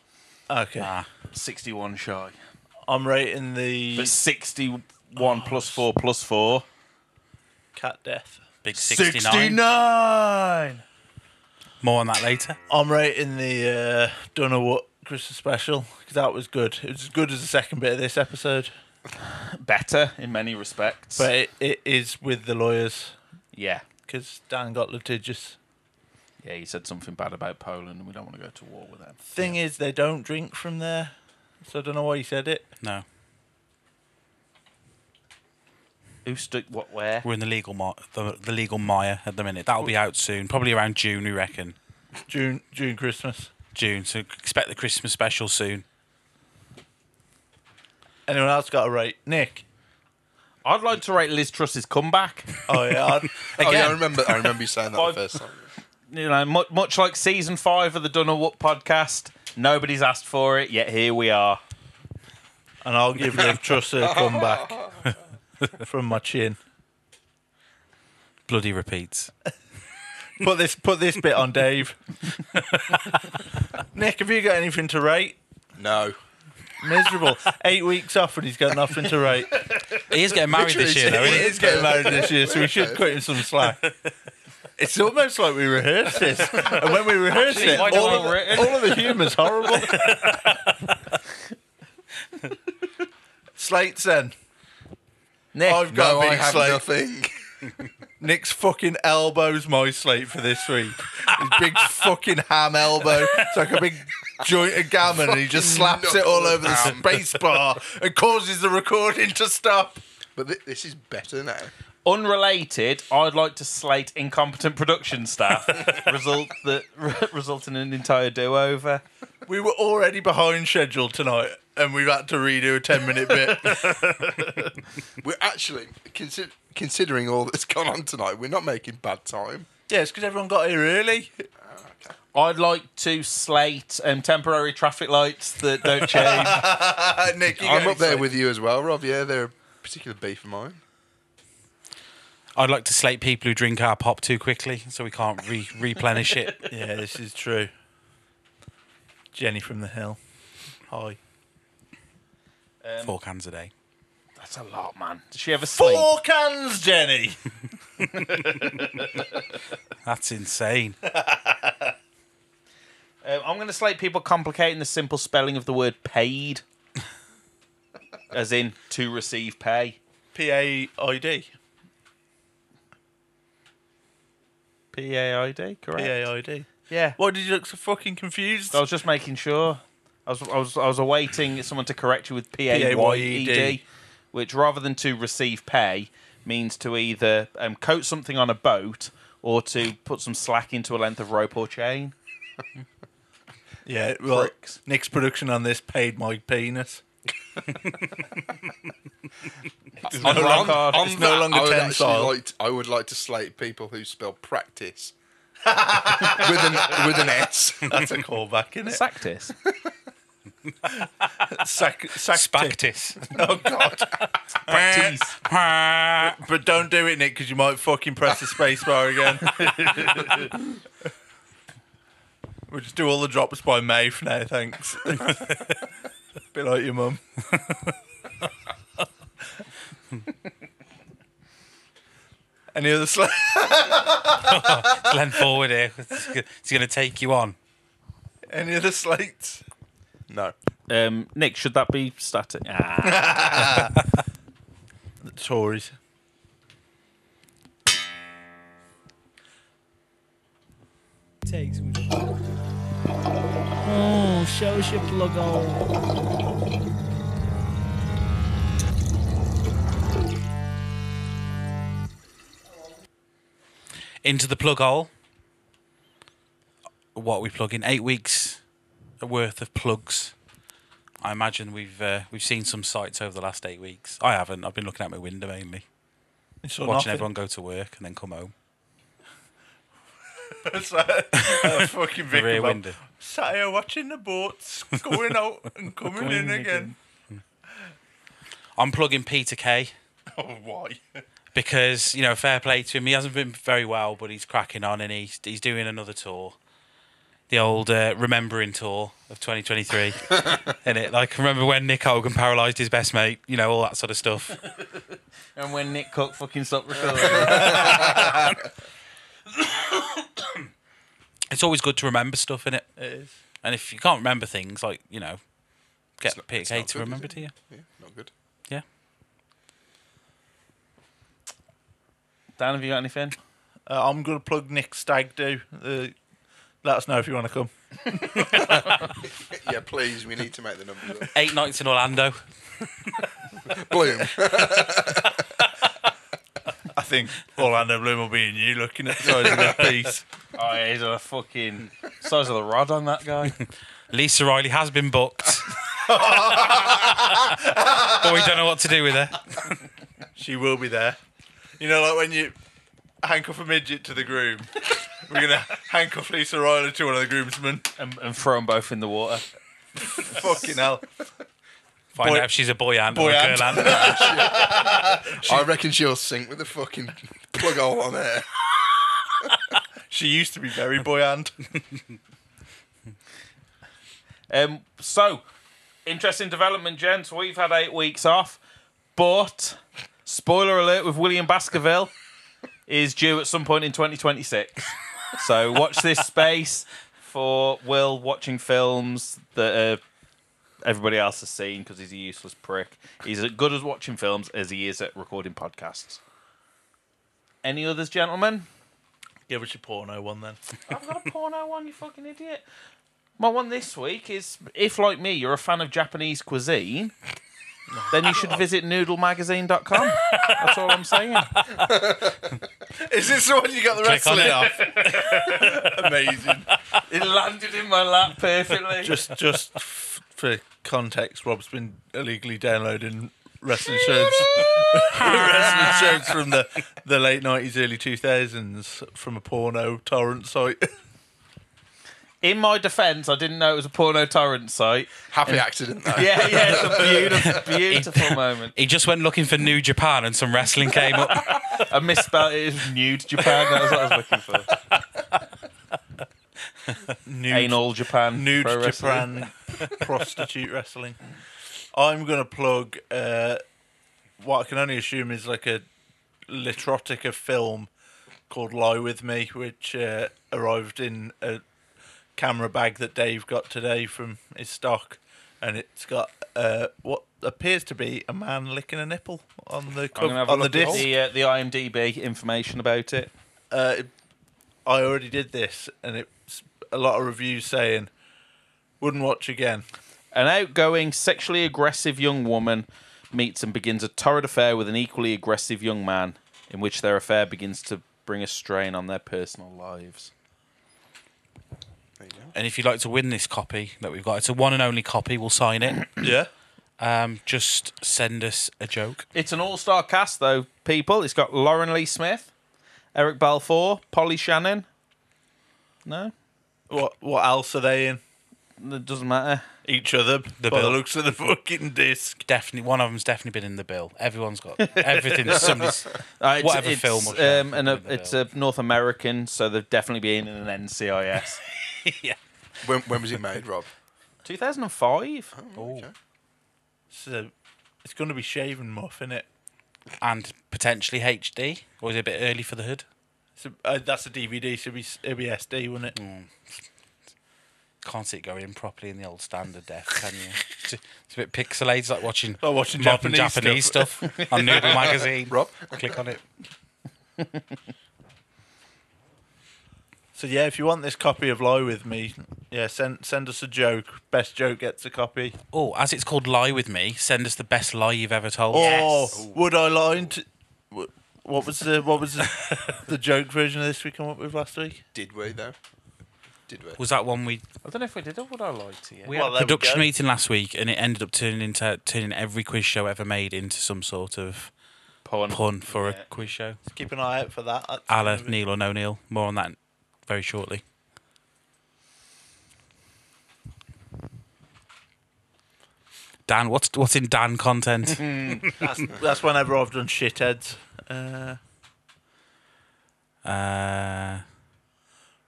[SPEAKER 5] Okay.
[SPEAKER 4] 61 shy.
[SPEAKER 5] I'm rating the
[SPEAKER 4] But 61 plus 4 plus 4.
[SPEAKER 5] cat death.
[SPEAKER 3] Big 69. More on that later.
[SPEAKER 5] I'm rating the uh, don't know what Christmas special because that was good. It was as good as the second bit of this episode,
[SPEAKER 4] Better in many respects.
[SPEAKER 5] but it, it is with the lawyers
[SPEAKER 4] yeah.
[SPEAKER 5] because Dan got litigious.
[SPEAKER 4] Yeah, he said something bad about Poland and we don't want to go to war with them.
[SPEAKER 5] Thing is, they don't drink from there, so I don't know why he said it.
[SPEAKER 3] No,
[SPEAKER 4] Who stuck what where?
[SPEAKER 3] we're in the legal mi- the, the legal mire at the minute. That'll be out soon, probably around June, we reckon.
[SPEAKER 5] June June Christmas.
[SPEAKER 3] June. So expect the Christmas special soon.
[SPEAKER 5] Anyone else got a rate? Nick.
[SPEAKER 4] I'd like to rate Liz Truss's comeback. [LAUGHS]
[SPEAKER 5] Oh yeah. I'd-
[SPEAKER 6] Oh, yeah, I remember. I remember you saying that the first time.
[SPEAKER 4] you know, much, much like season five of the Dunno What podcast, nobody's asked for it, yet here we are.
[SPEAKER 5] and I'll give [LAUGHS] Liv Truss a comeback [LAUGHS] from my chin.
[SPEAKER 3] Bloody repeats.
[SPEAKER 5] Put this put this bit on Dave. [LAUGHS] Nick, have you got anything to rate?
[SPEAKER 6] No.
[SPEAKER 5] Miserable. Eight weeks off and he's got nothing to rate. [LAUGHS]
[SPEAKER 3] He is getting married this year, though,
[SPEAKER 5] He
[SPEAKER 3] isn't he?
[SPEAKER 5] is getting married this year, so we [LAUGHS] should cut him some slack. It's almost like we rehearsed this, and when we rehearsed it,
[SPEAKER 4] why don't
[SPEAKER 5] all
[SPEAKER 4] I
[SPEAKER 5] of,
[SPEAKER 4] re-
[SPEAKER 5] all of the humour's [LAUGHS] horrible. Slates then.
[SPEAKER 4] Nick,
[SPEAKER 5] I've got
[SPEAKER 6] no,
[SPEAKER 5] a
[SPEAKER 6] I
[SPEAKER 5] big
[SPEAKER 6] have
[SPEAKER 5] slate.
[SPEAKER 6] nothing.
[SPEAKER 5] Nick's fucking elbows my slate for this week. His big fucking ham elbow. It's like a big joint of gammon, and he just slaps it all over the
[SPEAKER 6] Ham.
[SPEAKER 5] space bar and causes the recording to stop.
[SPEAKER 6] But th- this is better now.
[SPEAKER 4] unrelated, I'd like to slate incompetent production staff, [LAUGHS] result that [LAUGHS] result in an entire do-over.
[SPEAKER 5] We were already behind schedule tonight, and we've had to redo a ten-minute bit.
[SPEAKER 6] We're actually consi- considering all that's gone on tonight. We're not making bad time.
[SPEAKER 5] [LAUGHS] yeah, it's because everyone got here early.
[SPEAKER 4] I'd like to slate um, temporary traffic lights that
[SPEAKER 5] [LAUGHS]
[SPEAKER 4] don't change.
[SPEAKER 5] Uh, Nick, you
[SPEAKER 6] I'm
[SPEAKER 5] got
[SPEAKER 6] up there
[SPEAKER 5] any
[SPEAKER 6] with you as well, Rob. Yeah, they're a particular beef of mine.
[SPEAKER 3] I'd like to slate people who drink our pop too quickly, so we can't re- replenish it.
[SPEAKER 5] slates? Yeah, this is true. Jenny from the Hill. Hi.
[SPEAKER 3] Four cans a day.
[SPEAKER 4] I That's a lot, man. Did she ever sleep?
[SPEAKER 5] Four cans, Jenny.
[SPEAKER 3] That's insane.
[SPEAKER 4] Um, I'm going to slate people complicating the simple spelling of the word
[SPEAKER 5] [LAUGHS]
[SPEAKER 4] paid, as in to receive pay.
[SPEAKER 5] P A I D.
[SPEAKER 4] P A I D, correct?
[SPEAKER 5] P A I D.
[SPEAKER 4] Yeah.
[SPEAKER 5] Why did you look so fucking confused?
[SPEAKER 4] I was just making sure. I was, I was, I was awaiting someone to correct you with P A Y E D,
[SPEAKER 5] PAYED.
[SPEAKER 4] which rather than to receive pay means to either um, coat something on a boat or to put some slack into a length of rope or chain.
[SPEAKER 5] Yeah, well,
[SPEAKER 4] Pricks.
[SPEAKER 5] Nick's production on this paid my penis. [LAUGHS] it's no, longer, it's no
[SPEAKER 6] that,
[SPEAKER 5] longer
[SPEAKER 6] I would actually
[SPEAKER 5] tensile.
[SPEAKER 6] like to, I would like to slate people who spell practice [LAUGHS] with an with an S. [LAUGHS]
[SPEAKER 5] That's a callback, isn't it?
[SPEAKER 4] Sactus.
[SPEAKER 5] Sac, sac
[SPEAKER 3] Spactis.
[SPEAKER 5] [LAUGHS] Oh God! [LAUGHS] but don't do it, Nick, because you might fucking press the space bar again. [LAUGHS] we'll just do all the drops by May for now, thanks. [LAUGHS] Bit like your mum. [LAUGHS] Any other slang?
[SPEAKER 3] Glenn Forward here. He's going to take you on.
[SPEAKER 5] Any other slates? No.
[SPEAKER 4] [LAUGHS] um, Nick, should that be static? Ah.
[SPEAKER 5] The Tories.
[SPEAKER 11] takes. Oh, show us your plug on.
[SPEAKER 3] Into the plug hole. What are we plugging? Eight weeks worth of plugs. I imagine we've uh, we've seen some sights over the last eight weeks. I haven't. I've been looking out my window mainly,
[SPEAKER 5] You saw
[SPEAKER 3] watching
[SPEAKER 5] nothing.
[SPEAKER 3] everyone go to work and then come home.
[SPEAKER 5] [LAUGHS] It's like, uh, fucking Vicky
[SPEAKER 3] rear
[SPEAKER 5] Bob.
[SPEAKER 3] window.
[SPEAKER 5] Sat here watching the boats going out and coming,
[SPEAKER 4] Coming
[SPEAKER 5] in again.
[SPEAKER 3] I'm plugging Peter Kay.
[SPEAKER 5] Oh, why?
[SPEAKER 3] because you know, fair play to him. He hasn't been very well, but he's cracking on and he's he's doing another tour, the old uh, remembering tour of 2023, and it like remember when Nick Hogan paralysed his best mate, you know, all that sort of stuff.
[SPEAKER 4] and when Nick Cook fucking [LAUGHS] stopped recording.
[SPEAKER 3] It's always good to remember stuff in it. It is. And if you can't remember things, like you know, get
[SPEAKER 6] not-
[SPEAKER 3] Peter
[SPEAKER 6] it's
[SPEAKER 3] Kay
[SPEAKER 6] not
[SPEAKER 3] to
[SPEAKER 6] good, is
[SPEAKER 3] remember
[SPEAKER 6] it?
[SPEAKER 3] to you.
[SPEAKER 6] Yeah, not good.
[SPEAKER 3] Yeah.
[SPEAKER 4] Dan, have you got anything?
[SPEAKER 5] Uh, I'm going to plug Nick Stag do. Uh, let us know if you want to come.
[SPEAKER 6] Yeah, please, we need to make the numbers up.
[SPEAKER 3] Eight nights in Orlando.
[SPEAKER 6] [LAUGHS] Bloom.
[SPEAKER 5] I think Orlando Bloom will be in you looking at the size of that piece.
[SPEAKER 4] Oh, yeah, he's a fucking size of the rod on that [LAUGHS] guy.
[SPEAKER 3] Lisa Riley has been [LAUGHS] booked. but we don't know what to do with her.
[SPEAKER 5] She will be there. You know, like when you handcuff a midget to the groom. [LAUGHS] We're going to handcuff Lisa Riley to one of the groomsmen.
[SPEAKER 4] and, and throw them both in the water.
[SPEAKER 5] Fucking hell.
[SPEAKER 3] Find
[SPEAKER 5] Boy-
[SPEAKER 3] out if she's a boy aunt or
[SPEAKER 5] boy
[SPEAKER 3] a
[SPEAKER 5] aunt.
[SPEAKER 3] girl aunt.
[SPEAKER 6] I reckon she'll sink with the fucking plug hole on [LAUGHS] there.
[SPEAKER 5] She used to be very buoyant.
[SPEAKER 4] Um, so, interesting development, gents. We've had eight weeks off, but spoiler alert with William Baskerville is due at some point in 2026. so, watch this space for Will watching films that uh, everybody else has seen because he's a useless prick. He's as good as watching films as he is at recording podcasts. Any others, gentlemen?
[SPEAKER 5] Give us your porno one then. [LAUGHS]
[SPEAKER 4] I've got a porno one, you fucking idiot. My one this week is if, like me, you're a fan of Japanese cuisine, then you should visit noodlemagazine.com. That's all I'm saying.
[SPEAKER 5] Is this the one you got the
[SPEAKER 3] Click on
[SPEAKER 5] wrestling
[SPEAKER 3] it.
[SPEAKER 5] off? Amazing.
[SPEAKER 4] It landed in my lap perfectly.
[SPEAKER 5] just just f- for context, Rob's been illegally downloading wrestling shows, [LAUGHS] wrestling shows from the, the late nineties, early two thousands from a porno torrent site.
[SPEAKER 4] in my defense, I didn't know it was a porno torrent site.
[SPEAKER 6] Happy accident, though.
[SPEAKER 4] Yeah, yeah, it's a [LAUGHS] beautiful, beautiful moment.
[SPEAKER 3] He just went looking for New Japan and some wrestling came up. [LAUGHS]
[SPEAKER 4] I misspelled it. It was nude Japan. That was what I was looking for.
[SPEAKER 5] Nude,
[SPEAKER 4] Anal Japan.
[SPEAKER 5] nude
[SPEAKER 4] pro wrestling. [LAUGHS]
[SPEAKER 5] Japan prostitute wrestling. I'm gonna plug uh, what I can only assume is like a litrotica film called Lie With Me, which uh, arrived in a camera bag that Dave got today from his stock. And it's got uh, what appears to be a man licking a nipple on the
[SPEAKER 4] I'm
[SPEAKER 5] cov-
[SPEAKER 4] gonna have a
[SPEAKER 5] on the
[SPEAKER 4] look at
[SPEAKER 5] disc.
[SPEAKER 4] the uh, the IMDb information about it.
[SPEAKER 5] uh, I already did this, and it's a lot of reviews saying, wouldn't watch again.
[SPEAKER 4] An outgoing, sexually aggressive young woman meets and begins a torrid affair with an equally aggressive young man, in which their affair begins to bring a strain on their personal lives.
[SPEAKER 3] And if you'd like to win this copy that we've got, it's a one and only copy. We'll sign it.
[SPEAKER 5] yeah.
[SPEAKER 3] Um, just send us a joke.
[SPEAKER 4] It's an all-star cast, though. People, it's got Lauren Lee Smith, Eric Balfour, Polly Shannon. No,
[SPEAKER 5] What what else are they in?
[SPEAKER 4] It doesn't matter.
[SPEAKER 5] Each other.
[SPEAKER 3] The
[SPEAKER 5] The by the
[SPEAKER 3] bill.
[SPEAKER 5] looks of the [LAUGHS] fucking disc.
[SPEAKER 3] Definitely, one of them's definitely been in the bill. Everyone's got everything. Somebody's
[SPEAKER 4] Uh, it's-
[SPEAKER 3] whatever
[SPEAKER 4] it's,
[SPEAKER 3] film. Or show.
[SPEAKER 4] Um, and a, it's a North American, so they've definitely been in an NCIS.
[SPEAKER 6] When, when was it made, Rob?
[SPEAKER 4] 2005.
[SPEAKER 5] So it's going to be shaven muff, is it?
[SPEAKER 3] and potentially HD. Or is it a bit early for the hood?
[SPEAKER 5] So, uh, that's a DVD, so it'd be, it'd be SD, wouldn't it?
[SPEAKER 3] Can't see it going in properly in the old standard def, can you? It's a- it's a bit pixelated. It's like watching,
[SPEAKER 5] Like watching
[SPEAKER 3] modern
[SPEAKER 5] Japanese
[SPEAKER 3] Japanese stuff, on
[SPEAKER 5] [LAUGHS]
[SPEAKER 3] Noodle Magazine.
[SPEAKER 6] Rob?
[SPEAKER 3] Click on it.
[SPEAKER 5] So yeah, if you want this copy of Lie with Me, yeah, send send us a joke. Best joke gets a copy.
[SPEAKER 3] Oh, as it's called Lie With Me, send us the best lie you've ever told.
[SPEAKER 5] Or would I lie to? wh- What was the what was the, the joke version of this we come up with last week?
[SPEAKER 6] Did we, though? Did we?
[SPEAKER 3] Was that one we
[SPEAKER 4] I don't know if we did or would I lie to you?
[SPEAKER 3] we
[SPEAKER 5] Well,
[SPEAKER 3] had
[SPEAKER 5] there
[SPEAKER 3] a
[SPEAKER 5] we
[SPEAKER 3] production
[SPEAKER 5] go.
[SPEAKER 3] meeting last week and it ended up turning into turning every quiz show ever made into some sort of
[SPEAKER 4] Porn.
[SPEAKER 3] pun for
[SPEAKER 4] Yeah.
[SPEAKER 3] a quiz show.
[SPEAKER 5] Keep an eye out for that. That's
[SPEAKER 3] A la
[SPEAKER 5] gonna be-
[SPEAKER 3] Neil or No Neil. More on that very shortly. Dan, what's what's in Dan content?
[SPEAKER 5] That's, that's whenever I've done shitheads. Uh,
[SPEAKER 3] uh,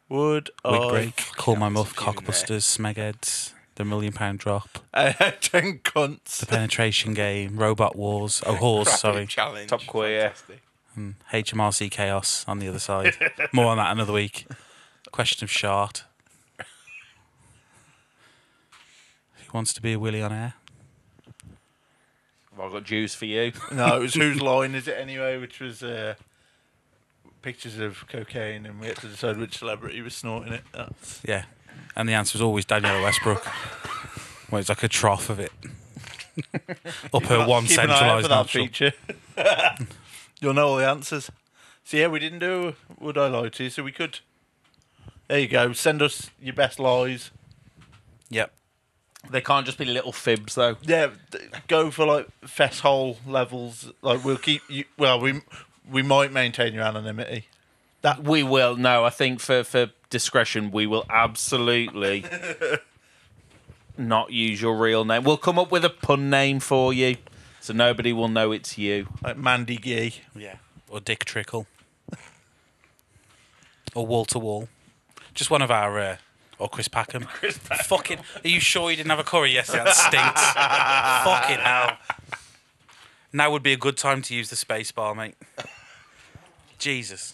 [SPEAKER 5] would
[SPEAKER 3] wig
[SPEAKER 5] I? [LAUGHS]
[SPEAKER 3] break, call my muff, cockbusters, smegheads, the million pound drop,
[SPEAKER 5] Ten cunts.
[SPEAKER 3] the penetration game, robot wars, oh whores, sorry,
[SPEAKER 6] Challenge. [LAUGHS]
[SPEAKER 4] Top queer.
[SPEAKER 6] Fantastic.
[SPEAKER 3] HMRC chaos on the other side. More on that another week. Question of shart. Who wants to be a Willy on air?
[SPEAKER 4] Have I got Jews for you? [LAUGHS]
[SPEAKER 5] No, it was whose line is it anyway? Which was uh, pictures of cocaine, and we had to decide which celebrity was snorting it. That's
[SPEAKER 3] Yeah. And the answer is always Daniela Westbrook. well, it's like a trough of
[SPEAKER 5] [LAUGHS]
[SPEAKER 3] it. Up her one
[SPEAKER 5] Keep an eye out
[SPEAKER 3] centralised
[SPEAKER 5] for that
[SPEAKER 3] nostril.
[SPEAKER 5] feature. [LAUGHS] You'll know all the answers. So yeah, we didn't do would I lie to, you, so we could. There you go. Send us your best lies.
[SPEAKER 3] Yep.
[SPEAKER 4] They can't just be little fibs though.
[SPEAKER 5] Yeah, th- go for like fess hole levels. Like we'll keep you. Well, we we might maintain your anonymity.
[SPEAKER 4] Uh, We will. No, I think for for discretion, we will absolutely not use your real name. We'll come up with a pun name for you, so nobody will know it's you.
[SPEAKER 5] Like Mandy Gee.
[SPEAKER 3] Yeah. Or Dick Trickle. or Walter Wall. Just one of our. Uh, or Chris
[SPEAKER 5] [LAUGHS]
[SPEAKER 3] Packham. Chris Packham. Fucking. Are you sure you didn't have a curry yesterday? That
[SPEAKER 5] [LAUGHS]
[SPEAKER 3] stinks. Fucking hell. Now would be a good time to use the space bar, mate. Jesus.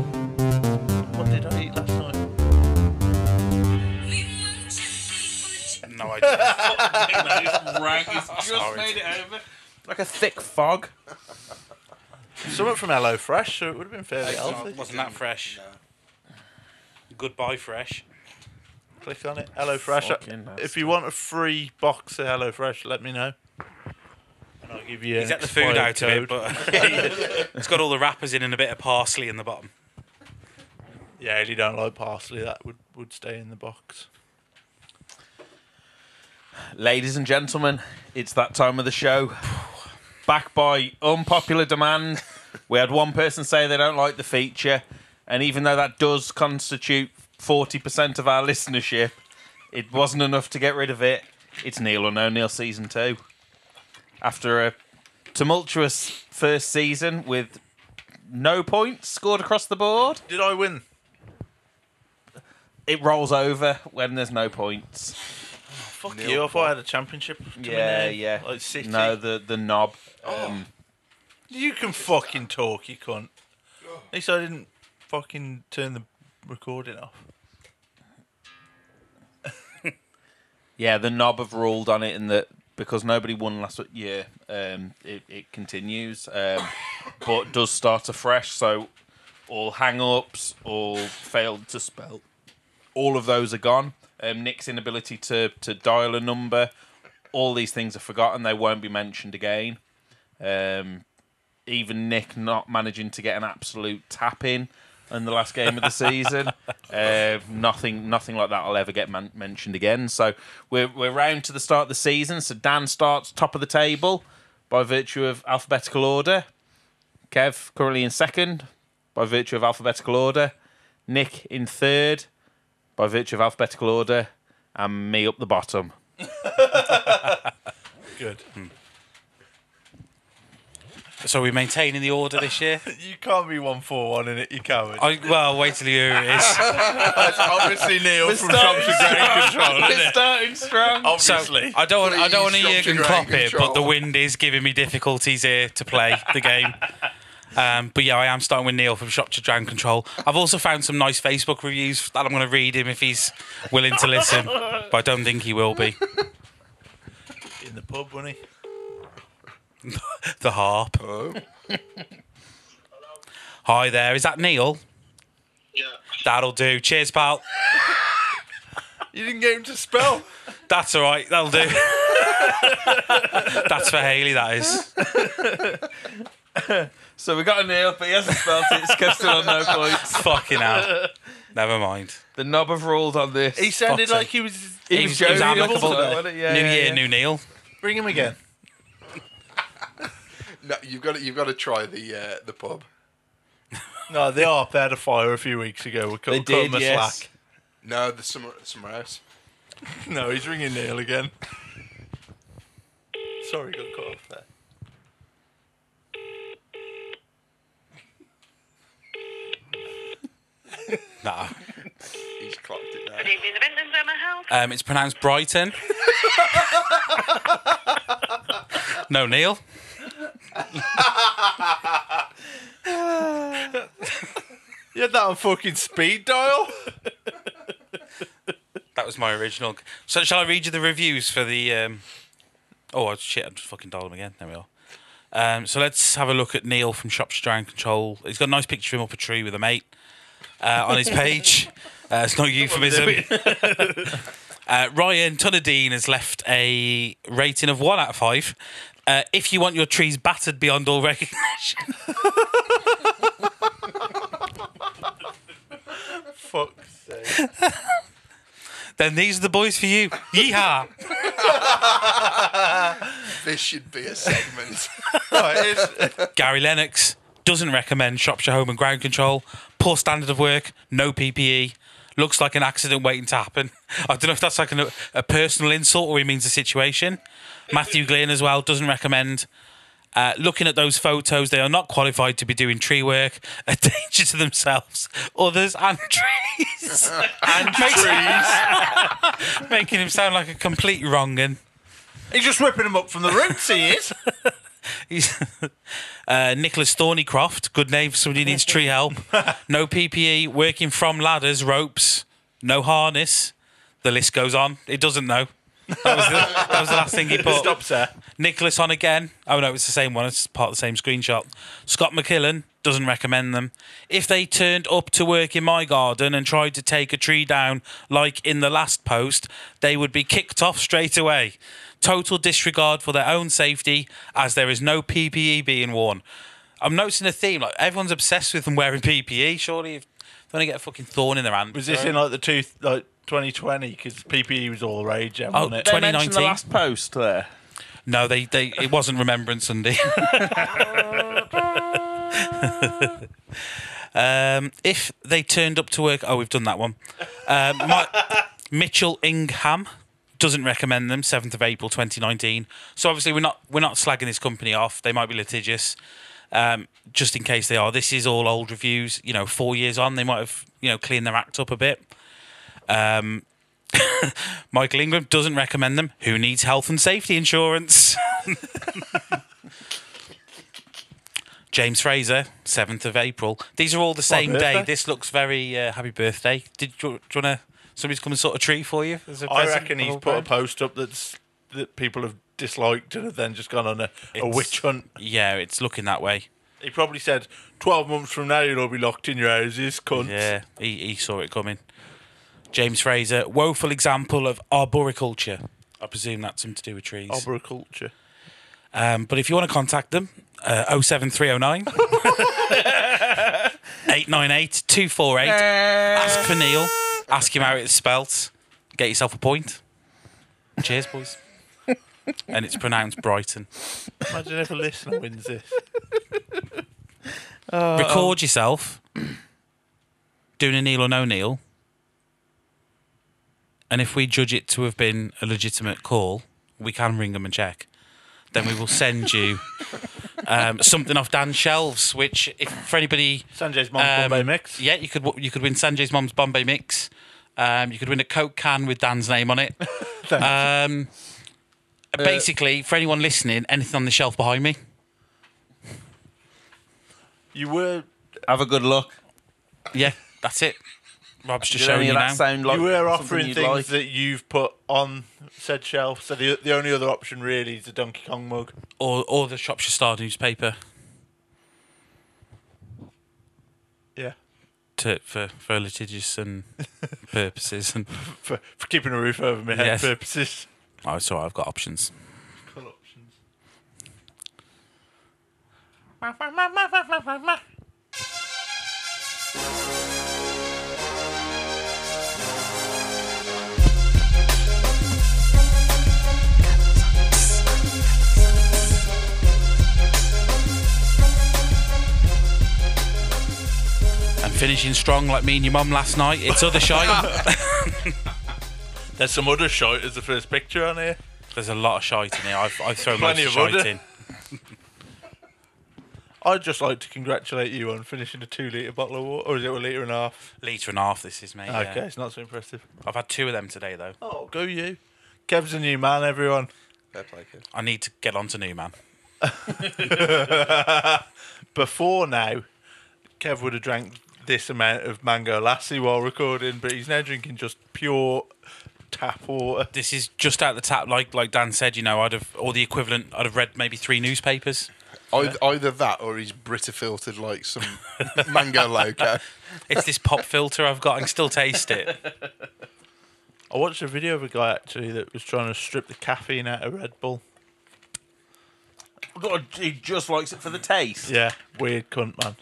[SPEAKER 5] What did I eat last night?
[SPEAKER 3] No
[SPEAKER 5] [LAUGHS]
[SPEAKER 3] idea.
[SPEAKER 4] just made it over like a thick fog.
[SPEAKER 5] Something from Hello Fresh, so it would have been fairly healthy.
[SPEAKER 3] wasn't that fresh. Goodbye, fresh.
[SPEAKER 5] Click on it. Hello Fresh.
[SPEAKER 4] Fucking nasty.
[SPEAKER 5] If you want a free box of Hello Fresh, let me know. And I'll give you.
[SPEAKER 3] He's
[SPEAKER 5] an
[SPEAKER 3] let the food out
[SPEAKER 5] expired
[SPEAKER 3] of it,
[SPEAKER 5] code.
[SPEAKER 3] but [LAUGHS] it's got all the wrappers in and a bit of parsley in the bottom.
[SPEAKER 5] yeah, if you don't like parsley, that would would stay in the box.
[SPEAKER 4] Ladies and gentlemen, it's that time of the show. Back by unpopular demand, we had one person say they don't like the feature, and even though that does constitute 40% of our [LAUGHS] listenership, it wasn't enough to get rid of it. It's Neil or No Neil season two. After a tumultuous first season with no points scored across the board,
[SPEAKER 5] Did I win?
[SPEAKER 4] it rolls over when there's no points.
[SPEAKER 5] Fuck
[SPEAKER 4] Nil
[SPEAKER 5] you! I thought I
[SPEAKER 4] point.
[SPEAKER 5] had a championship. to my
[SPEAKER 4] Yeah,
[SPEAKER 5] name,
[SPEAKER 4] yeah.
[SPEAKER 5] Like City.
[SPEAKER 4] No, the the knob.
[SPEAKER 5] Oh.
[SPEAKER 4] Um,
[SPEAKER 5] You can fucking talk, you cunt. At least I didn't fucking turn the recording off.
[SPEAKER 4] yeah, the knob have ruled on it, and that because nobody won last year, um, it it continues, um, but does start afresh. So all hang-ups, all failed to spell, all of those are gone. Um, Nick's inability to to dial a number, all these things are forgotten. They won't be mentioned again. Um, even Nick not managing to get an absolute tap in in the last game of the [LAUGHS] season. uh, nothing, nothing like that will ever get man- mentioned again. So we're we're round to the start of the season. So Dan starts top of the table by virtue of alphabetical order. Kev currently in second by virtue of alphabetical order. Nick in third by virtue of alphabetical order, and me up the bottom.
[SPEAKER 5] Good.
[SPEAKER 3] So we maintaining the order this year.
[SPEAKER 5] You can't be one four one in it. You coward.
[SPEAKER 3] I, well, wait till you hear who it is.
[SPEAKER 5] That's obviously Neil
[SPEAKER 3] We're
[SPEAKER 5] from
[SPEAKER 3] starting
[SPEAKER 5] Shropshire [LAUGHS] Ground Control.
[SPEAKER 4] We're starting strong.
[SPEAKER 5] Obviously.
[SPEAKER 3] So I don't want I don't want to
[SPEAKER 5] Please,
[SPEAKER 3] Jurgen
[SPEAKER 5] Shropshire
[SPEAKER 3] Klopp
[SPEAKER 5] Ground
[SPEAKER 3] it, but the
[SPEAKER 5] Control.
[SPEAKER 3] wind is giving me difficulties here to play the game. Um, but yeah, I am starting with Neil from Shropshire Drown Control. I've also found some nice Facebook reviews that I'm going to read him if he's willing to listen, but I don't think he will be.
[SPEAKER 5] in the pub, wasn't he?
[SPEAKER 3] The harp. [LAUGHS] Hi there, is that Neil? Yeah. That'll do. Cheers, pal.
[SPEAKER 5] You didn't get him to spell.
[SPEAKER 3] That's all right. That'll do. That's for Haley. That is.
[SPEAKER 4] so we got a nail, but he hasn't spelled it. It's still on no points.
[SPEAKER 3] Fucking hell. Never mind.
[SPEAKER 4] [LAUGHS] The knob have ruled on this.
[SPEAKER 5] He sounded
[SPEAKER 3] Fuck's
[SPEAKER 5] like he was.
[SPEAKER 3] He was- he was
[SPEAKER 5] jovial
[SPEAKER 3] amicable.
[SPEAKER 5] today.
[SPEAKER 4] wasn't it? Yeah,
[SPEAKER 3] new
[SPEAKER 4] yeah,
[SPEAKER 3] year,
[SPEAKER 4] yeah.
[SPEAKER 3] new Neil.
[SPEAKER 5] Bring him again.
[SPEAKER 6] No, you've got to, you've got to try the uh, the pub.
[SPEAKER 5] No, they are. They had a fire a few weeks ago. We cut,
[SPEAKER 4] They
[SPEAKER 5] cut
[SPEAKER 4] did,
[SPEAKER 5] him a
[SPEAKER 4] yes.
[SPEAKER 5] slack. [LAUGHS]
[SPEAKER 6] No, the somewhere, somewhere else.
[SPEAKER 5] No, he's ringing Neil again. Sorry, got cut off there.
[SPEAKER 3] Nah.
[SPEAKER 6] He's clocked it now.
[SPEAKER 9] Good evening, the Bentleys at my house.
[SPEAKER 3] Um, it's pronounced Brighton. no, Neil.
[SPEAKER 5] You had that on fucking speed [LAUGHS] dial.
[SPEAKER 3] That was my original. So shall I read you the reviews for the? Um... Oh shit! I just fucking dialed him again. There we are. Um, so let's have a look at Neil from Shropshire Drown Control. He's got a nice picture of him up a tree with a mate uh, on his page. Uh, it's not a euphemism. [LAUGHS] uh, Ryan Tunnadine has left a rating of one out of five. Uh, if you want your trees battered beyond all recognition. [LAUGHS]
[SPEAKER 5] Fuck's sake.
[SPEAKER 3] then these are the boys for you. Yeehaw!
[SPEAKER 6] [LAUGHS] This should be a segment.
[SPEAKER 5] Right, it's-
[SPEAKER 3] Gary Lennox doesn't recommend Shropshire Home and Ground Control. Poor standard of work, no PPE. Looks like an accident waiting to happen. [LAUGHS] I don't know if that's like an, a personal insult or he means the situation. Matthew Glynn as well doesn't recommend. Uh, looking at those photos, they are not qualified to be doing tree work, [LAUGHS] a danger to themselves, others, and trees. [LAUGHS] and trees. [LAUGHS] Making him sound like a complete wrong'un.
[SPEAKER 5] he's just ripping him up from the roots. He is.
[SPEAKER 3] He's- [LAUGHS] uh, Nicholas Thornycroft, good name for somebody who needs tree help. No PPE, working from ladders, ropes, no harness. The list goes on. It doesn't know. That was the, that was the last thing he put.
[SPEAKER 5] Stop, sir.
[SPEAKER 3] Nicholas on again. Oh no, it's the same one. It's part of the same screenshot. Scott McKillen doesn't recommend them. If they turned up to work in my garden and tried to take a tree down, like in the last post, they would be kicked off straight away. Total disregard for their own safety, as there is no PPE being worn. I'm noticing a theme. Like everyone's obsessed with them wearing PPE. Surely, if they only get a fucking thorn in their hand.
[SPEAKER 5] [LAUGHS] Was this in like the two like 2020? Because PPE E was all the rage, then,
[SPEAKER 3] Oh,
[SPEAKER 5] wasn't it?
[SPEAKER 4] They mentioned the
[SPEAKER 3] 2019.
[SPEAKER 4] last post there.
[SPEAKER 3] No, they, they it wasn't Remembrance Sunday. [LAUGHS] um, if they turned up to work, oh, we've done that one. Um, my, Mitchell Ingham doesn't recommend them. Seventh of April, twenty nineteen. So obviously we're not we're not slagging this company off. They might be litigious. Um, just in case they are, this is all old reviews. You know, four years on, they might have you know cleaned their act up a bit. Um, [LAUGHS] Michael Ingram doesn't recommend them. Who needs health and safety insurance? [LAUGHS] James Fraser, 7th of April. These are all the same day.
[SPEAKER 5] birthday.
[SPEAKER 3] This looks very uh, happy birthday. Did you, do you want to? Somebody's come and sort a tree for you? As a
[SPEAKER 5] I
[SPEAKER 3] present
[SPEAKER 5] reckon
[SPEAKER 3] for
[SPEAKER 5] he's
[SPEAKER 3] old
[SPEAKER 5] put a
[SPEAKER 3] Brian?
[SPEAKER 5] post up that's that people have disliked and have then just gone on a, a
[SPEAKER 3] It's-
[SPEAKER 5] witch hunt.
[SPEAKER 3] Yeah, it's looking that way.
[SPEAKER 5] He probably said, 12 months from now, you'll all be locked in your houses, cunt.
[SPEAKER 3] Yeah, he, he saw it coming. James Fraser, woeful example of arboriculture. I presume that's something to do with trees.
[SPEAKER 5] Arboriculture.
[SPEAKER 3] Um, but if you want to contact them, uh, 07309 898 248. Ask for Neil. Ask him how it's spelt. Get yourself a point. Cheers, boys. and it's pronounced Brighton.
[SPEAKER 5] Imagine if a listener wins this.
[SPEAKER 3] Record yourself doing a Neil or no Neil. And if we judge it to have been a legitimate call, we can ring them and check. Then we will send you um, something off Dan's shelves, which, if for anybody, um,
[SPEAKER 5] Sanjay's mum's Bombay mix.
[SPEAKER 3] Yeah, you could w- you could win Sanjay's mom's Bombay mix. Um, you could win a Coke can with Dan's name on
[SPEAKER 4] [LAUGHS]
[SPEAKER 3] it. um,
[SPEAKER 4] Uh,
[SPEAKER 3] basically, for anyone listening, anything on the shelf behind me.
[SPEAKER 5] You were.
[SPEAKER 4] Have a good look.
[SPEAKER 3] Yeah, that's it. Rob's just
[SPEAKER 4] Did any
[SPEAKER 3] showing you
[SPEAKER 4] of that
[SPEAKER 3] now.
[SPEAKER 4] sound like
[SPEAKER 5] you were
[SPEAKER 4] something
[SPEAKER 5] offering
[SPEAKER 4] you'd
[SPEAKER 5] things
[SPEAKER 4] like?
[SPEAKER 5] that you've put on said shelf, so the the only other option really is the Donkey Kong mug.
[SPEAKER 3] or or the Shropshire Star newspaper
[SPEAKER 5] Yeah,
[SPEAKER 3] to, for for litigious
[SPEAKER 5] [LAUGHS]
[SPEAKER 3] and purposes. And
[SPEAKER 5] for, for keeping a roof over my head
[SPEAKER 3] Yes.
[SPEAKER 5] purposes.
[SPEAKER 3] oh, it's all right, I've got options.
[SPEAKER 5] Cool options.
[SPEAKER 3] And finishing strong like me and your mum last night. It's other
[SPEAKER 5] [LAUGHS]
[SPEAKER 3] shite.
[SPEAKER 5] There's some other shite as the first picture on here.
[SPEAKER 3] There's a lot of shite in here. I've, I've thrown lots
[SPEAKER 5] Plenty
[SPEAKER 3] of
[SPEAKER 5] of other.
[SPEAKER 3] shite in.
[SPEAKER 5] I'd just like to congratulate you on finishing a two litre bottle of water, or is it a litre and a half?
[SPEAKER 3] Litre and a half, this is, mate. yeah.
[SPEAKER 5] Okay, it's not so impressive.
[SPEAKER 3] I've had two of them today, though.
[SPEAKER 5] Oh, go you. Kev's a new man, everyone.
[SPEAKER 6] [LAUGHS] Fair play, kid.
[SPEAKER 3] I need to get on to Newman.
[SPEAKER 5] Before now, Kev would have drank this amount of mango lassi while recording, but he's now drinking just pure tap water.
[SPEAKER 3] This is just out the tap, like like Dan said. You know, I'd have or the equivalent. I'd have read maybe three newspapers.
[SPEAKER 6] Either, either that or he's Brita filtered like some mango loco.
[SPEAKER 3] It's this pop filter I've got. I can still taste it.
[SPEAKER 5] I watched a video of a guy actually that was trying to strip the caffeine out of Red Bull.
[SPEAKER 4] God, he just likes it for the taste.
[SPEAKER 5] Yeah, weird cunt, man.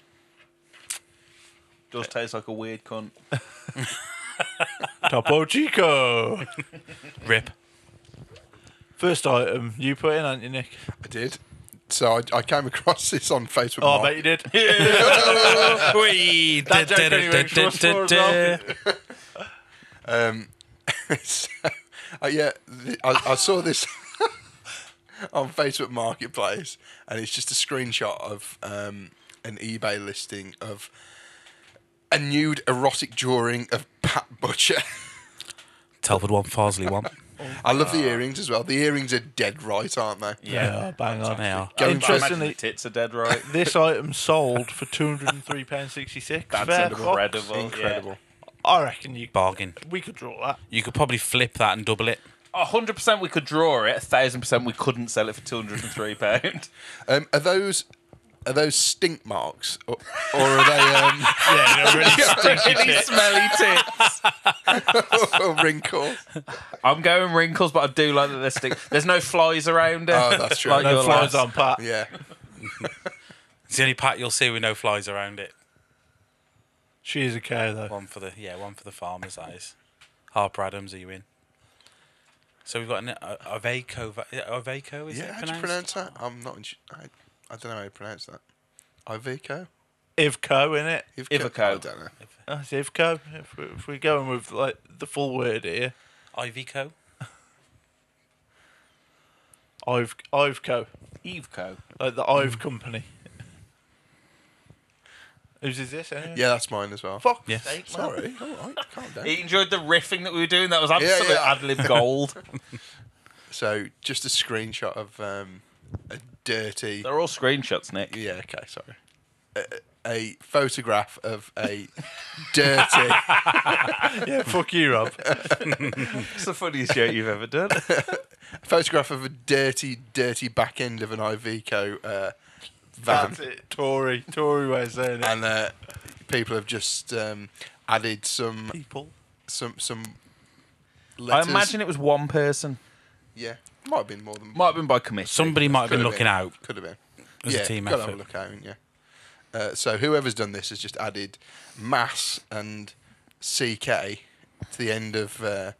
[SPEAKER 4] Does taste like a weird cunt.
[SPEAKER 5] Topo [LAUGHS] Chico.
[SPEAKER 3] Rip.
[SPEAKER 5] First item you put in, aren't you, Nick?
[SPEAKER 6] I did. So I, I came across this on Facebook.
[SPEAKER 5] Oh, I
[SPEAKER 6] Mark-
[SPEAKER 5] bet you did. [LAUGHS]
[SPEAKER 3] Whee!
[SPEAKER 5] [LAUGHS] That joke only makes one score as well.
[SPEAKER 6] Um, so, [LAUGHS] uh, yeah, th- I, I saw this [LAUGHS] on Facebook Marketplace, and it's just a screenshot of um, an eBay listing of a nude erotic drawing of Pat Butcher. [LAUGHS]
[SPEAKER 3] Telford one, Farsley one.
[SPEAKER 6] I love
[SPEAKER 3] Ah.
[SPEAKER 6] the earrings as well. The earrings are dead right, aren't they?
[SPEAKER 5] Yeah, Oh, bang on.
[SPEAKER 3] They are.
[SPEAKER 6] Go and try-
[SPEAKER 4] Imagine the
[SPEAKER 5] Interestingly,
[SPEAKER 4] tits are dead right.
[SPEAKER 5] this item sold for two hundred and three pounds sixty six.
[SPEAKER 4] [LAUGHS] That's incredible.
[SPEAKER 6] Incredible.
[SPEAKER 5] I reckon you.
[SPEAKER 3] Bargain.
[SPEAKER 5] We could draw that.
[SPEAKER 3] You could probably flip that and double it.
[SPEAKER 4] A hundred percent we could draw it. A thousand percent we couldn't sell it for two hundred and three pound.
[SPEAKER 6] Um, are those are those stink marks, or, or are
[SPEAKER 3] [LAUGHS]
[SPEAKER 6] they um,
[SPEAKER 5] [LAUGHS] Yeah, [LAUGHS] they're really
[SPEAKER 4] Really smelly tits.
[SPEAKER 6] or wrinkles?
[SPEAKER 4] I'm going wrinkles, but I do like that they're stick. There's no flies around it.
[SPEAKER 6] Oh, that's true.
[SPEAKER 4] Like
[SPEAKER 6] No
[SPEAKER 4] your last-
[SPEAKER 5] flies on Pat.
[SPEAKER 6] Yeah,
[SPEAKER 3] It's the only pat you'll see with no flies around it.
[SPEAKER 5] She is a cow though.
[SPEAKER 3] One for the yeah, one for the farmers. That is. Harper Adams, are you in? So we've got an uh, Aveco. Aveco is
[SPEAKER 6] yeah.
[SPEAKER 3] it
[SPEAKER 6] How do you
[SPEAKER 3] pronounced?
[SPEAKER 6] pronounce that? I'm not. insu- I, I don't know how you pronounce that. Ivico.
[SPEAKER 5] Ivco in it.
[SPEAKER 6] Ivco.
[SPEAKER 4] Iveco.
[SPEAKER 6] I don't know.
[SPEAKER 5] That's Ivco. If we, if we go and with like the full word here,
[SPEAKER 3] Ivico.
[SPEAKER 5] Iv Ivco,
[SPEAKER 4] Eveco.
[SPEAKER 5] Hmm. like the Ive company. Whose is this? Anyway?
[SPEAKER 6] Yeah, that's mine as well.
[SPEAKER 5] Fuck
[SPEAKER 3] Yes.
[SPEAKER 5] sake, man.
[SPEAKER 6] Sorry. All right. Calm down.
[SPEAKER 4] He enjoyed the riffing that we were doing. That was
[SPEAKER 6] Yeah,
[SPEAKER 4] absolute
[SPEAKER 6] yeah.
[SPEAKER 4] ad lib gold.
[SPEAKER 6] So just a screenshot of um, a
[SPEAKER 4] [LAUGHS]
[SPEAKER 6] dirty.
[SPEAKER 4] They're all screenshots, Nick.
[SPEAKER 6] Yeah. Okay. Sorry. A, a photograph of a dirty.
[SPEAKER 5] Yeah, fuck you, Rob.
[SPEAKER 4] It's the funniest joke you've ever [LAUGHS] done.
[SPEAKER 6] photograph of a dirty, dirty back end of an Iveco uh, van,
[SPEAKER 5] That's it. Tory. Tory way of saying it.
[SPEAKER 6] and uh, people have just um, added some
[SPEAKER 5] people.
[SPEAKER 6] some some.
[SPEAKER 4] I
[SPEAKER 6] Letters.
[SPEAKER 4] imagine it was one person.
[SPEAKER 6] Yeah, might have been more than
[SPEAKER 4] Might have been by committee.
[SPEAKER 3] Somebody might have
[SPEAKER 6] Could
[SPEAKER 3] been looking out.
[SPEAKER 6] Could have been.
[SPEAKER 3] As a
[SPEAKER 6] yeah,
[SPEAKER 3] team
[SPEAKER 6] gotta
[SPEAKER 3] effort.
[SPEAKER 6] have a look out, haven't you? Uh, so whoever's done this has just added mass and CK to the end of uh,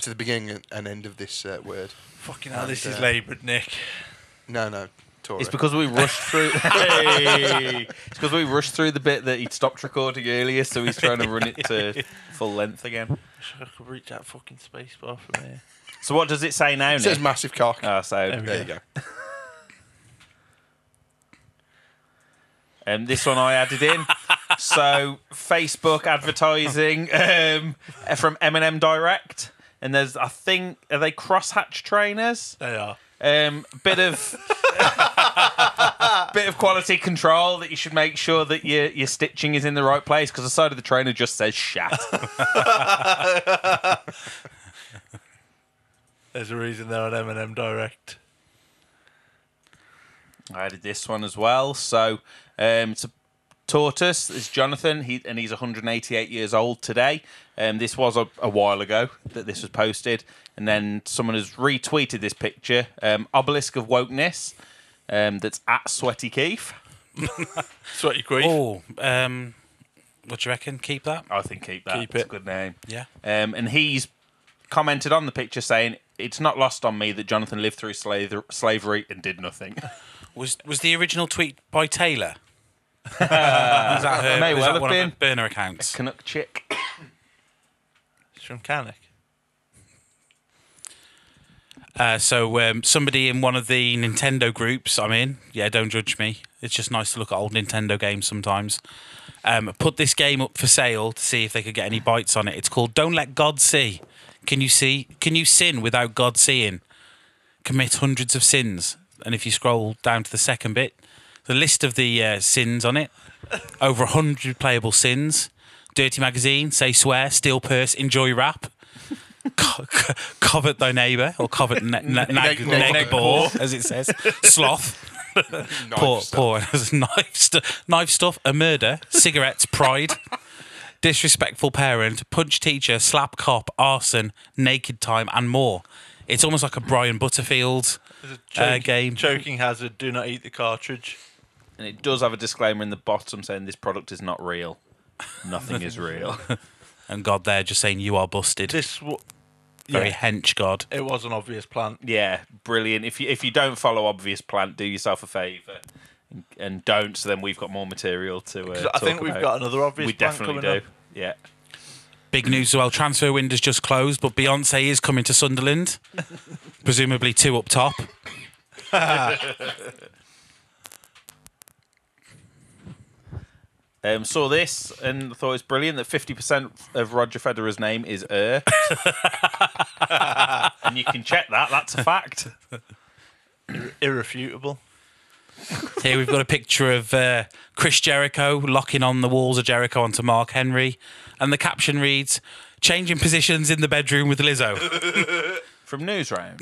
[SPEAKER 6] to the beginning and- and end of this uh, word.
[SPEAKER 5] Fucking hell,
[SPEAKER 6] And,
[SPEAKER 5] this
[SPEAKER 6] uh,
[SPEAKER 5] is laboured, Nick.
[SPEAKER 6] No, no, Tory.
[SPEAKER 4] It's because we rushed [LAUGHS] through. Hey! It's because we rushed through the bit that he'd stopped recording earlier, so he's trying to run it [LAUGHS] to full length again.
[SPEAKER 5] I could reach that fucking space bar from here.
[SPEAKER 4] So what does it say now,
[SPEAKER 6] it
[SPEAKER 4] Nick?
[SPEAKER 6] says massive cock.
[SPEAKER 4] Ah, so
[SPEAKER 6] there you go.
[SPEAKER 4] Um, this one I added in. so Facebook advertising um, from Eminem Direct, and there's I think are they crosshatch trainers?
[SPEAKER 5] They are.
[SPEAKER 4] Um, bit of [LAUGHS] bit of quality control that you should make sure that your your stitching is in the right place because the side of the trainer just says shat.
[SPEAKER 5] There's a reason they're on Eminem Direct.
[SPEAKER 4] I added this one as well. So um, it's a tortoise. It's Jonathan, he, and he's 188 years old today. Um, this was a, a while ago that this was posted, and then someone has retweeted this picture. Um, Obelisk of wokeness. Um, that's at Sweaty Keith.
[SPEAKER 5] Sweaty grief.
[SPEAKER 3] Oh, um, what do you reckon? Keep that?
[SPEAKER 4] I think keep that.
[SPEAKER 5] Keep
[SPEAKER 4] It's
[SPEAKER 5] it.
[SPEAKER 4] a good name.
[SPEAKER 3] Yeah.
[SPEAKER 4] Um, and he's commented on the picture saying, "It's not lost on me that Jonathan lived through slath- slavery and did nothing."
[SPEAKER 3] Was was the original tweet by
[SPEAKER 4] [LAUGHS]
[SPEAKER 3] Taylor? was that her?
[SPEAKER 4] May
[SPEAKER 3] was
[SPEAKER 4] well
[SPEAKER 3] that
[SPEAKER 4] have
[SPEAKER 3] one
[SPEAKER 4] been.
[SPEAKER 3] of her burner accounts?
[SPEAKER 4] [LAUGHS] Canuck chick.
[SPEAKER 5] It's from Canuck.
[SPEAKER 3] Uh, so um, somebody in one of the Nintendo groups I'm in, yeah, don't judge me. It's just nice to look at old Nintendo games sometimes. Um, put this game up for sale to see if they could get any bites on it. It's called Don't Let God See. Can you see? Can you sin without God seeing? Commit hundreds of sins. And if you scroll down to the second bit, the list of the uh, sins on it, over hundred playable sins. Dirty magazine, say swear, steal purse, enjoy rap [LAUGHS] co- co- covet thy neighbour or covet ne- ne- nag,
[SPEAKER 6] [LAUGHS] Neg-
[SPEAKER 3] neg-
[SPEAKER 6] neg-
[SPEAKER 3] boar, as it says, sloth,
[SPEAKER 6] [LAUGHS] Knife
[SPEAKER 3] poor,
[SPEAKER 6] stuff.
[SPEAKER 3] poor, [LAUGHS] knife, stu- knife stuff, a murder, cigarettes, pride, disrespectful parent, punch teacher, slap cop, arson, naked time, and more. It's almost like a Brian Butterfield uh, game.
[SPEAKER 5] Choking hazard. Do not eat the cartridge.
[SPEAKER 4] and it does have a disclaimer in the bottom saying this product is not real. Nothing is
[SPEAKER 5] [LAUGHS]
[SPEAKER 4] real.
[SPEAKER 3] And God, there just saying you are busted.
[SPEAKER 5] This. W-
[SPEAKER 3] Very
[SPEAKER 5] yeah,
[SPEAKER 3] hench, God.
[SPEAKER 5] it was an obvious plant.
[SPEAKER 4] yeah, brilliant. If you if you don't follow obvious plant, do yourself a favour and, and don't. So then we've got more material to. Uh,
[SPEAKER 5] 'Cause I
[SPEAKER 4] talk
[SPEAKER 5] think we've
[SPEAKER 4] about.
[SPEAKER 5] got another obvious
[SPEAKER 4] We
[SPEAKER 5] plant
[SPEAKER 4] definitely do.
[SPEAKER 5] coming up.
[SPEAKER 4] Yeah.
[SPEAKER 3] Big news as well. Transfer window's just closed, but Beyonce is coming to Sunderland, presumably two up top.
[SPEAKER 4] Um, saw this and thought it was brilliant that 50% of Roger Federer's name is
[SPEAKER 5] [LAUGHS]
[SPEAKER 4] Er. and you can check that. That's a fact.
[SPEAKER 5] Irrefutable.
[SPEAKER 3] Here we've got a picture of uh, Chris Jericho locking on the walls of Jericho onto Mark Henry, and the caption reads, "Changing positions in the bedroom with Lizzo." [LAUGHS]
[SPEAKER 4] From Newsround.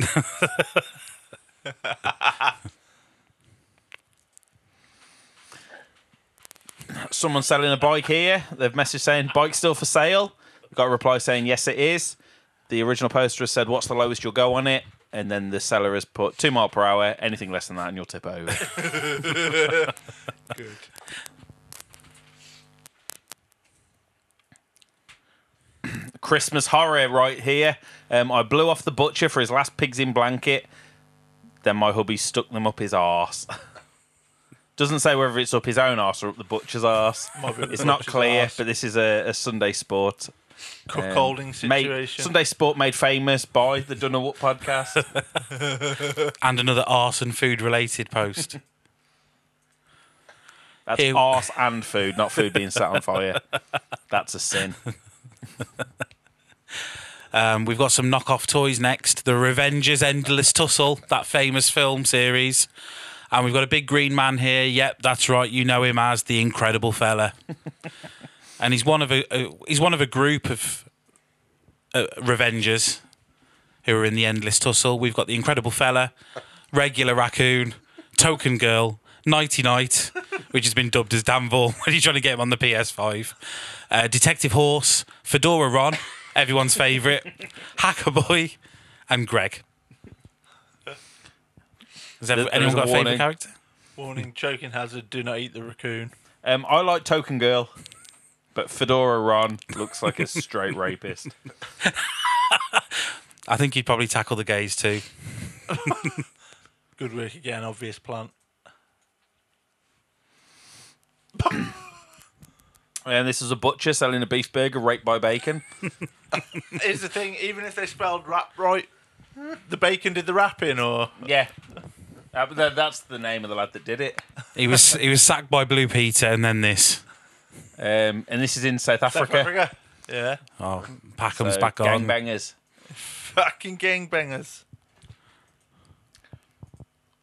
[SPEAKER 4] Someone's selling a bike here. They've messaged saying bike still for sale. We got a reply saying yes, it is. The original poster has said, "What's the lowest you'll go on it?" And then the seller has put two mile per hour. Anything less than that, and you'll tip over.
[SPEAKER 5] Good.
[SPEAKER 4] Christmas horror right here. Um, I blew off the butcher for his last pigs in blanket. Then my hubby stuck them up his arse. [LAUGHS] Doesn't say whether it's up his own arse or up the butcher's arse.
[SPEAKER 5] Might be up the
[SPEAKER 4] it's not
[SPEAKER 5] butcher's
[SPEAKER 4] clear,
[SPEAKER 5] arse.
[SPEAKER 4] but this is a, a Sunday sport. um,
[SPEAKER 5] Cuckolding
[SPEAKER 4] made-
[SPEAKER 5] situation.
[SPEAKER 4] Sunday sport made famous by the Dunner What
[SPEAKER 5] [LAUGHS]
[SPEAKER 4] podcast.
[SPEAKER 3] and another arson food-related post.
[SPEAKER 4] That's
[SPEAKER 3] Ew.
[SPEAKER 4] arse and food, not food being set on
[SPEAKER 5] [LAUGHS]
[SPEAKER 4] fire. That's a sin.
[SPEAKER 3] Um, we've got some knockoff toys next. The Revengers Endless Tussle, that famous film series. And we've got a big green man here. Yep, that's right. You know him as the Incredible Fella. and he's one of a, a he's one of a group of uh, Revengers who are in the Endless Tussle. We've got the Incredible Fella, [LAUGHS] Regular Raccoon, Token Girl, Nighty Night, [LAUGHS] which has been dubbed as Danville [LAUGHS] when you're trying to get him on the PS5, uh, Detective Horse, Fedora Ron, [LAUGHS] everyone's favourite, [LAUGHS] Hacker Boy, and Greg. Has ever-
[SPEAKER 4] There- there
[SPEAKER 3] anyone
[SPEAKER 4] is a
[SPEAKER 3] got a favourite
[SPEAKER 4] warning.
[SPEAKER 3] character?
[SPEAKER 5] Warning: choking hazard. Do not eat the raccoon.
[SPEAKER 4] Um, I like Token Girl, but Fedora Ron looks like a straight rapist.
[SPEAKER 3] I think you'd probably tackle the gays too.
[SPEAKER 5] Good work again. Obvious plant.
[SPEAKER 4] And this is a butcher selling a beef burger raped by bacon.
[SPEAKER 5] Here's the thing: even if they spelled rap right, the bacon did the rapping, or
[SPEAKER 4] [LAUGHS] yeah, Uh, but that- that's the name of the lad that did it.
[SPEAKER 3] He was he was sacked by Blue Peter and then this.
[SPEAKER 4] Um, and this is in South Africa.
[SPEAKER 5] Africa. Yeah,
[SPEAKER 3] Oh, Packham's
[SPEAKER 4] So,
[SPEAKER 3] back on.
[SPEAKER 4] Gangbangers.
[SPEAKER 5] fucking gangbangers.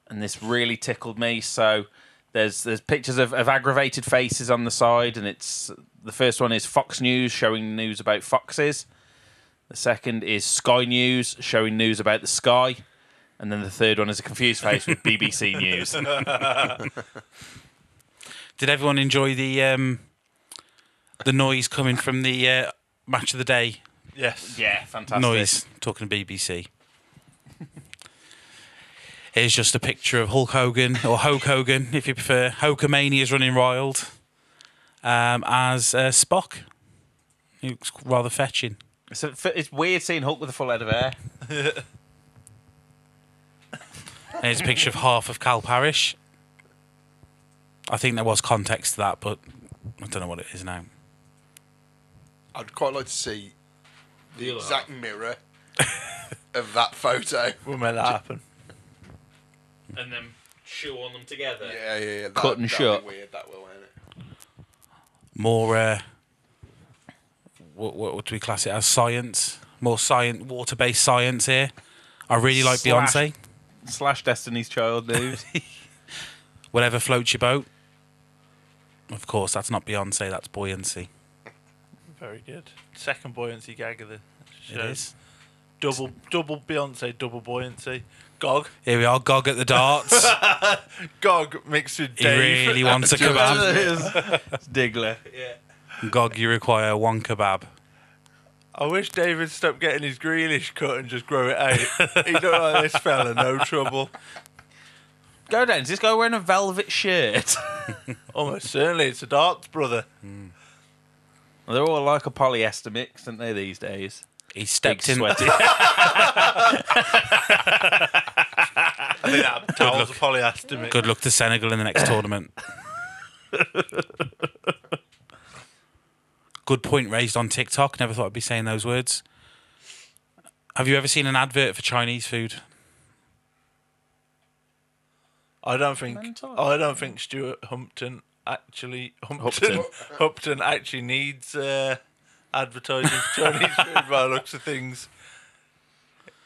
[SPEAKER 4] and this really tickled me. So there's there's pictures of, of aggravated faces on the side, and it's the first one is Fox News showing news about foxes. The second is Sky News showing news about the sky, and then the third one is a confused face with BBC News.
[SPEAKER 3] Did everyone enjoy the um, the noise coming from the uh, match of the day
[SPEAKER 4] [LAUGHS]
[SPEAKER 5] Yes.
[SPEAKER 4] Yeah, fantastic.
[SPEAKER 3] noise? Talking to BBC. Here's just a picture of Hulk Hogan or Hulk Hogan, if you prefer. Hulkamania is running wild um, as uh, Spock. He looks rather fetching.
[SPEAKER 4] It's, a, it's weird seeing Hulk with a full head of hair.
[SPEAKER 3] And here's a picture of half of Cal Parish. I think there was context to that, but I don't know what it is now.
[SPEAKER 6] I'd quite like to see the
[SPEAKER 4] [LAUGHS]
[SPEAKER 6] exact mirror of that photo.
[SPEAKER 5] We'll make that happen.
[SPEAKER 4] And then chew on them together.
[SPEAKER 6] Yeah, yeah, yeah. That,
[SPEAKER 4] Cut and
[SPEAKER 6] that'd be
[SPEAKER 4] shut.
[SPEAKER 6] Weird that will, ain't it?
[SPEAKER 3] more uh, what, what what do we class it as science more science water based science here i really like
[SPEAKER 4] Slash.
[SPEAKER 3] beyonce
[SPEAKER 4] Slash Destiny's Child [LAUGHS] news.
[SPEAKER 3] whatever floats your boat of course that's not beyonce that's buoyancy
[SPEAKER 5] Very good. Second buoyancy gag of the
[SPEAKER 3] it
[SPEAKER 5] show.
[SPEAKER 3] is.
[SPEAKER 5] Double, double Beyonce, double buoyancy. Gog,
[SPEAKER 3] here we are gog at the darts
[SPEAKER 5] Gog mixed with
[SPEAKER 3] he
[SPEAKER 5] Dave.
[SPEAKER 3] really wants a kebab
[SPEAKER 4] [LAUGHS] it's Diggler.
[SPEAKER 3] gog you require one kebab
[SPEAKER 5] I wish David stopped getting his greenish cut and just grow it out. he don't like this fella, no trouble.
[SPEAKER 4] Go down. Is this guy wearing a velvet shirt? [LAUGHS]
[SPEAKER 5] Almost certainly, it's a darts brother.
[SPEAKER 4] They're all like a polyester mix, aren't they, these days?
[SPEAKER 3] he stepped in
[SPEAKER 4] [LAUGHS] sweaty.
[SPEAKER 5] Towel's a polyester. mate.
[SPEAKER 3] good luck to senegal in the next tournament good point raised on tiktok never thought i'd be saying those words have you ever seen an advert for chinese food
[SPEAKER 5] I don't think.
[SPEAKER 4] Mental.
[SPEAKER 5] I don't think Stuart Humpton actually Humpton [LAUGHS] Humpton actually needs uh, advertising for Chinese food by the looks of things.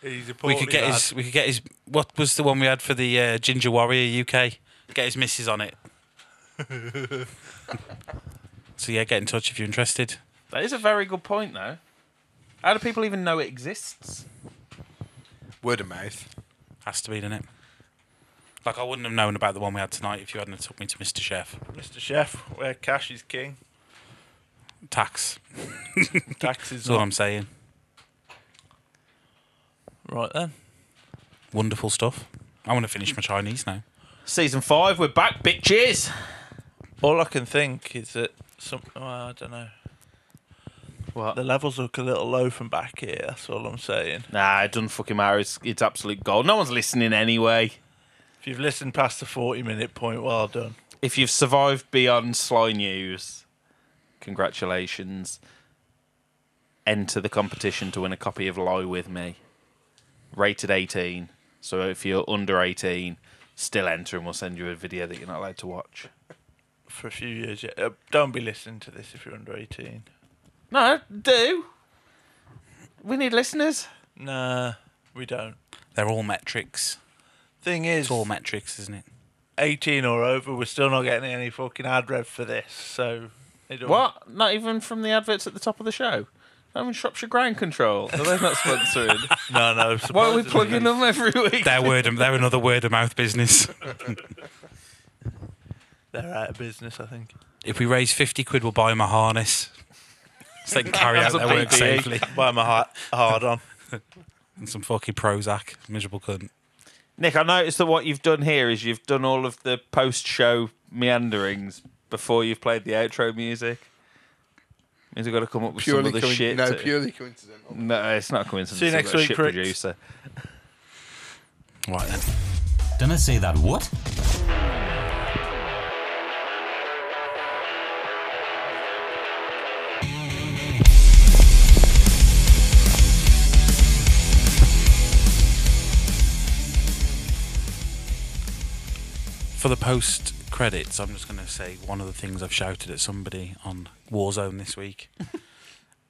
[SPEAKER 5] He's a
[SPEAKER 3] we could get
[SPEAKER 5] lad.
[SPEAKER 3] his. We could get his. What was the one we had for the uh, Ginger Warrior UK? Get his missus on it. so yeah, get in touch if you're interested.
[SPEAKER 4] That is a very good point, though. How do people even know it exists?
[SPEAKER 6] Word of mouth.
[SPEAKER 3] Has to be, doesn't it? Like I wouldn't have known about the one we had tonight if you hadn't have took me to Mr. Chef.
[SPEAKER 5] Mr. Chef, where cash is king.
[SPEAKER 3] Tax.
[SPEAKER 5] Taxes
[SPEAKER 3] That's all I'm saying.
[SPEAKER 5] right then.
[SPEAKER 3] Wonderful stuff. I want to finish my Chinese now.
[SPEAKER 4] Season five, we're back, bitches.
[SPEAKER 5] All I can think is that some. Well, I don't know.
[SPEAKER 4] What?
[SPEAKER 5] The levels look a little low from back here. That's all I'm saying.
[SPEAKER 4] Nah, it doesn't fucking matter. It's, it's absolute gold. No one's listening anyway.
[SPEAKER 5] If you've listened past the 40 minute point, well done.
[SPEAKER 4] If you've survived beyond Sly News, congratulations. Enter the competition to win a copy of Lie With Me. Rated 18. So if you're under 18, still enter and we'll send you a video that you're not allowed to watch.
[SPEAKER 5] for a few years yet. Uh, don't be listening to this if you're under 18.
[SPEAKER 4] No, do. We need listeners.
[SPEAKER 5] Nah, we don't.
[SPEAKER 3] They're all metrics.
[SPEAKER 5] Thing is,
[SPEAKER 3] It's all metrics, isn't it?
[SPEAKER 5] 18 or over, we're still not getting any fucking ad rev for this. So, it don't-
[SPEAKER 4] What? Not even from the adverts at the top of the show. Not even Shropshire Ground Control. Are they not [LAUGHS] sponsored?
[SPEAKER 5] No, no.
[SPEAKER 4] Why are we plugging them every week?
[SPEAKER 3] They're word. They're another word of mouth business.
[SPEAKER 5] They're out of business, I think.
[SPEAKER 3] if we raise fifty quid, we'll buy them a harness. So they can carry out
[SPEAKER 5] That's a
[SPEAKER 3] their work
[SPEAKER 5] PPE.
[SPEAKER 3] safely.
[SPEAKER 5] [LAUGHS] Buy them a hard, hard on.
[SPEAKER 3] And some fucking Prozac, miserable cunt.
[SPEAKER 4] Nick, I noticed that what you've done here is you've done all of the post-show meanderings before you've played the outro music. Means we've got to come up with
[SPEAKER 6] Purely
[SPEAKER 4] some other
[SPEAKER 6] coin-
[SPEAKER 4] shit.
[SPEAKER 6] no,
[SPEAKER 4] to-
[SPEAKER 6] purely coincidental.
[SPEAKER 4] No, it's not coincidence.
[SPEAKER 5] See you
[SPEAKER 4] I've
[SPEAKER 5] next
[SPEAKER 4] got a
[SPEAKER 5] week,
[SPEAKER 4] shit
[SPEAKER 5] pricks.
[SPEAKER 4] producer.
[SPEAKER 3] Right then.
[SPEAKER 2] Didn't I say that what?
[SPEAKER 3] For the post credits, I'm just going to say one of the things I've shouted at somebody on Warzone this
[SPEAKER 2] [LAUGHS]
[SPEAKER 3] week,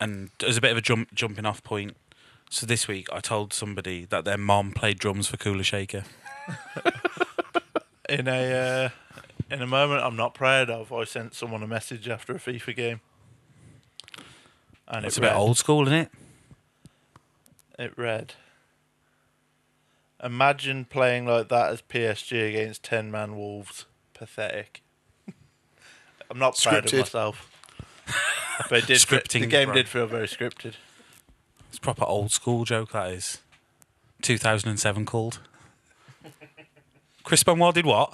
[SPEAKER 3] and as a bit of a jump jumping off point. So this week, I told somebody that their mom played drums for Cooler Shaker.
[SPEAKER 5] In a, uh, in a moment I'm not proud of, I sent someone a message after a FIFA game. And
[SPEAKER 3] It's a
[SPEAKER 5] it
[SPEAKER 3] bit
[SPEAKER 5] read-
[SPEAKER 3] old school, isn't it?
[SPEAKER 5] It read Imagine playing like that as PSG against 10 man Wolves. Pathetic. [LAUGHS] I'm not proud
[SPEAKER 6] Scripted.
[SPEAKER 5] of myself. But it did
[SPEAKER 3] Scripting
[SPEAKER 5] the
[SPEAKER 3] is
[SPEAKER 5] game
[SPEAKER 3] wrong.
[SPEAKER 5] did feel very scripted.
[SPEAKER 3] It's a proper old school joke that is. 2007 called. Chris Benoit did what?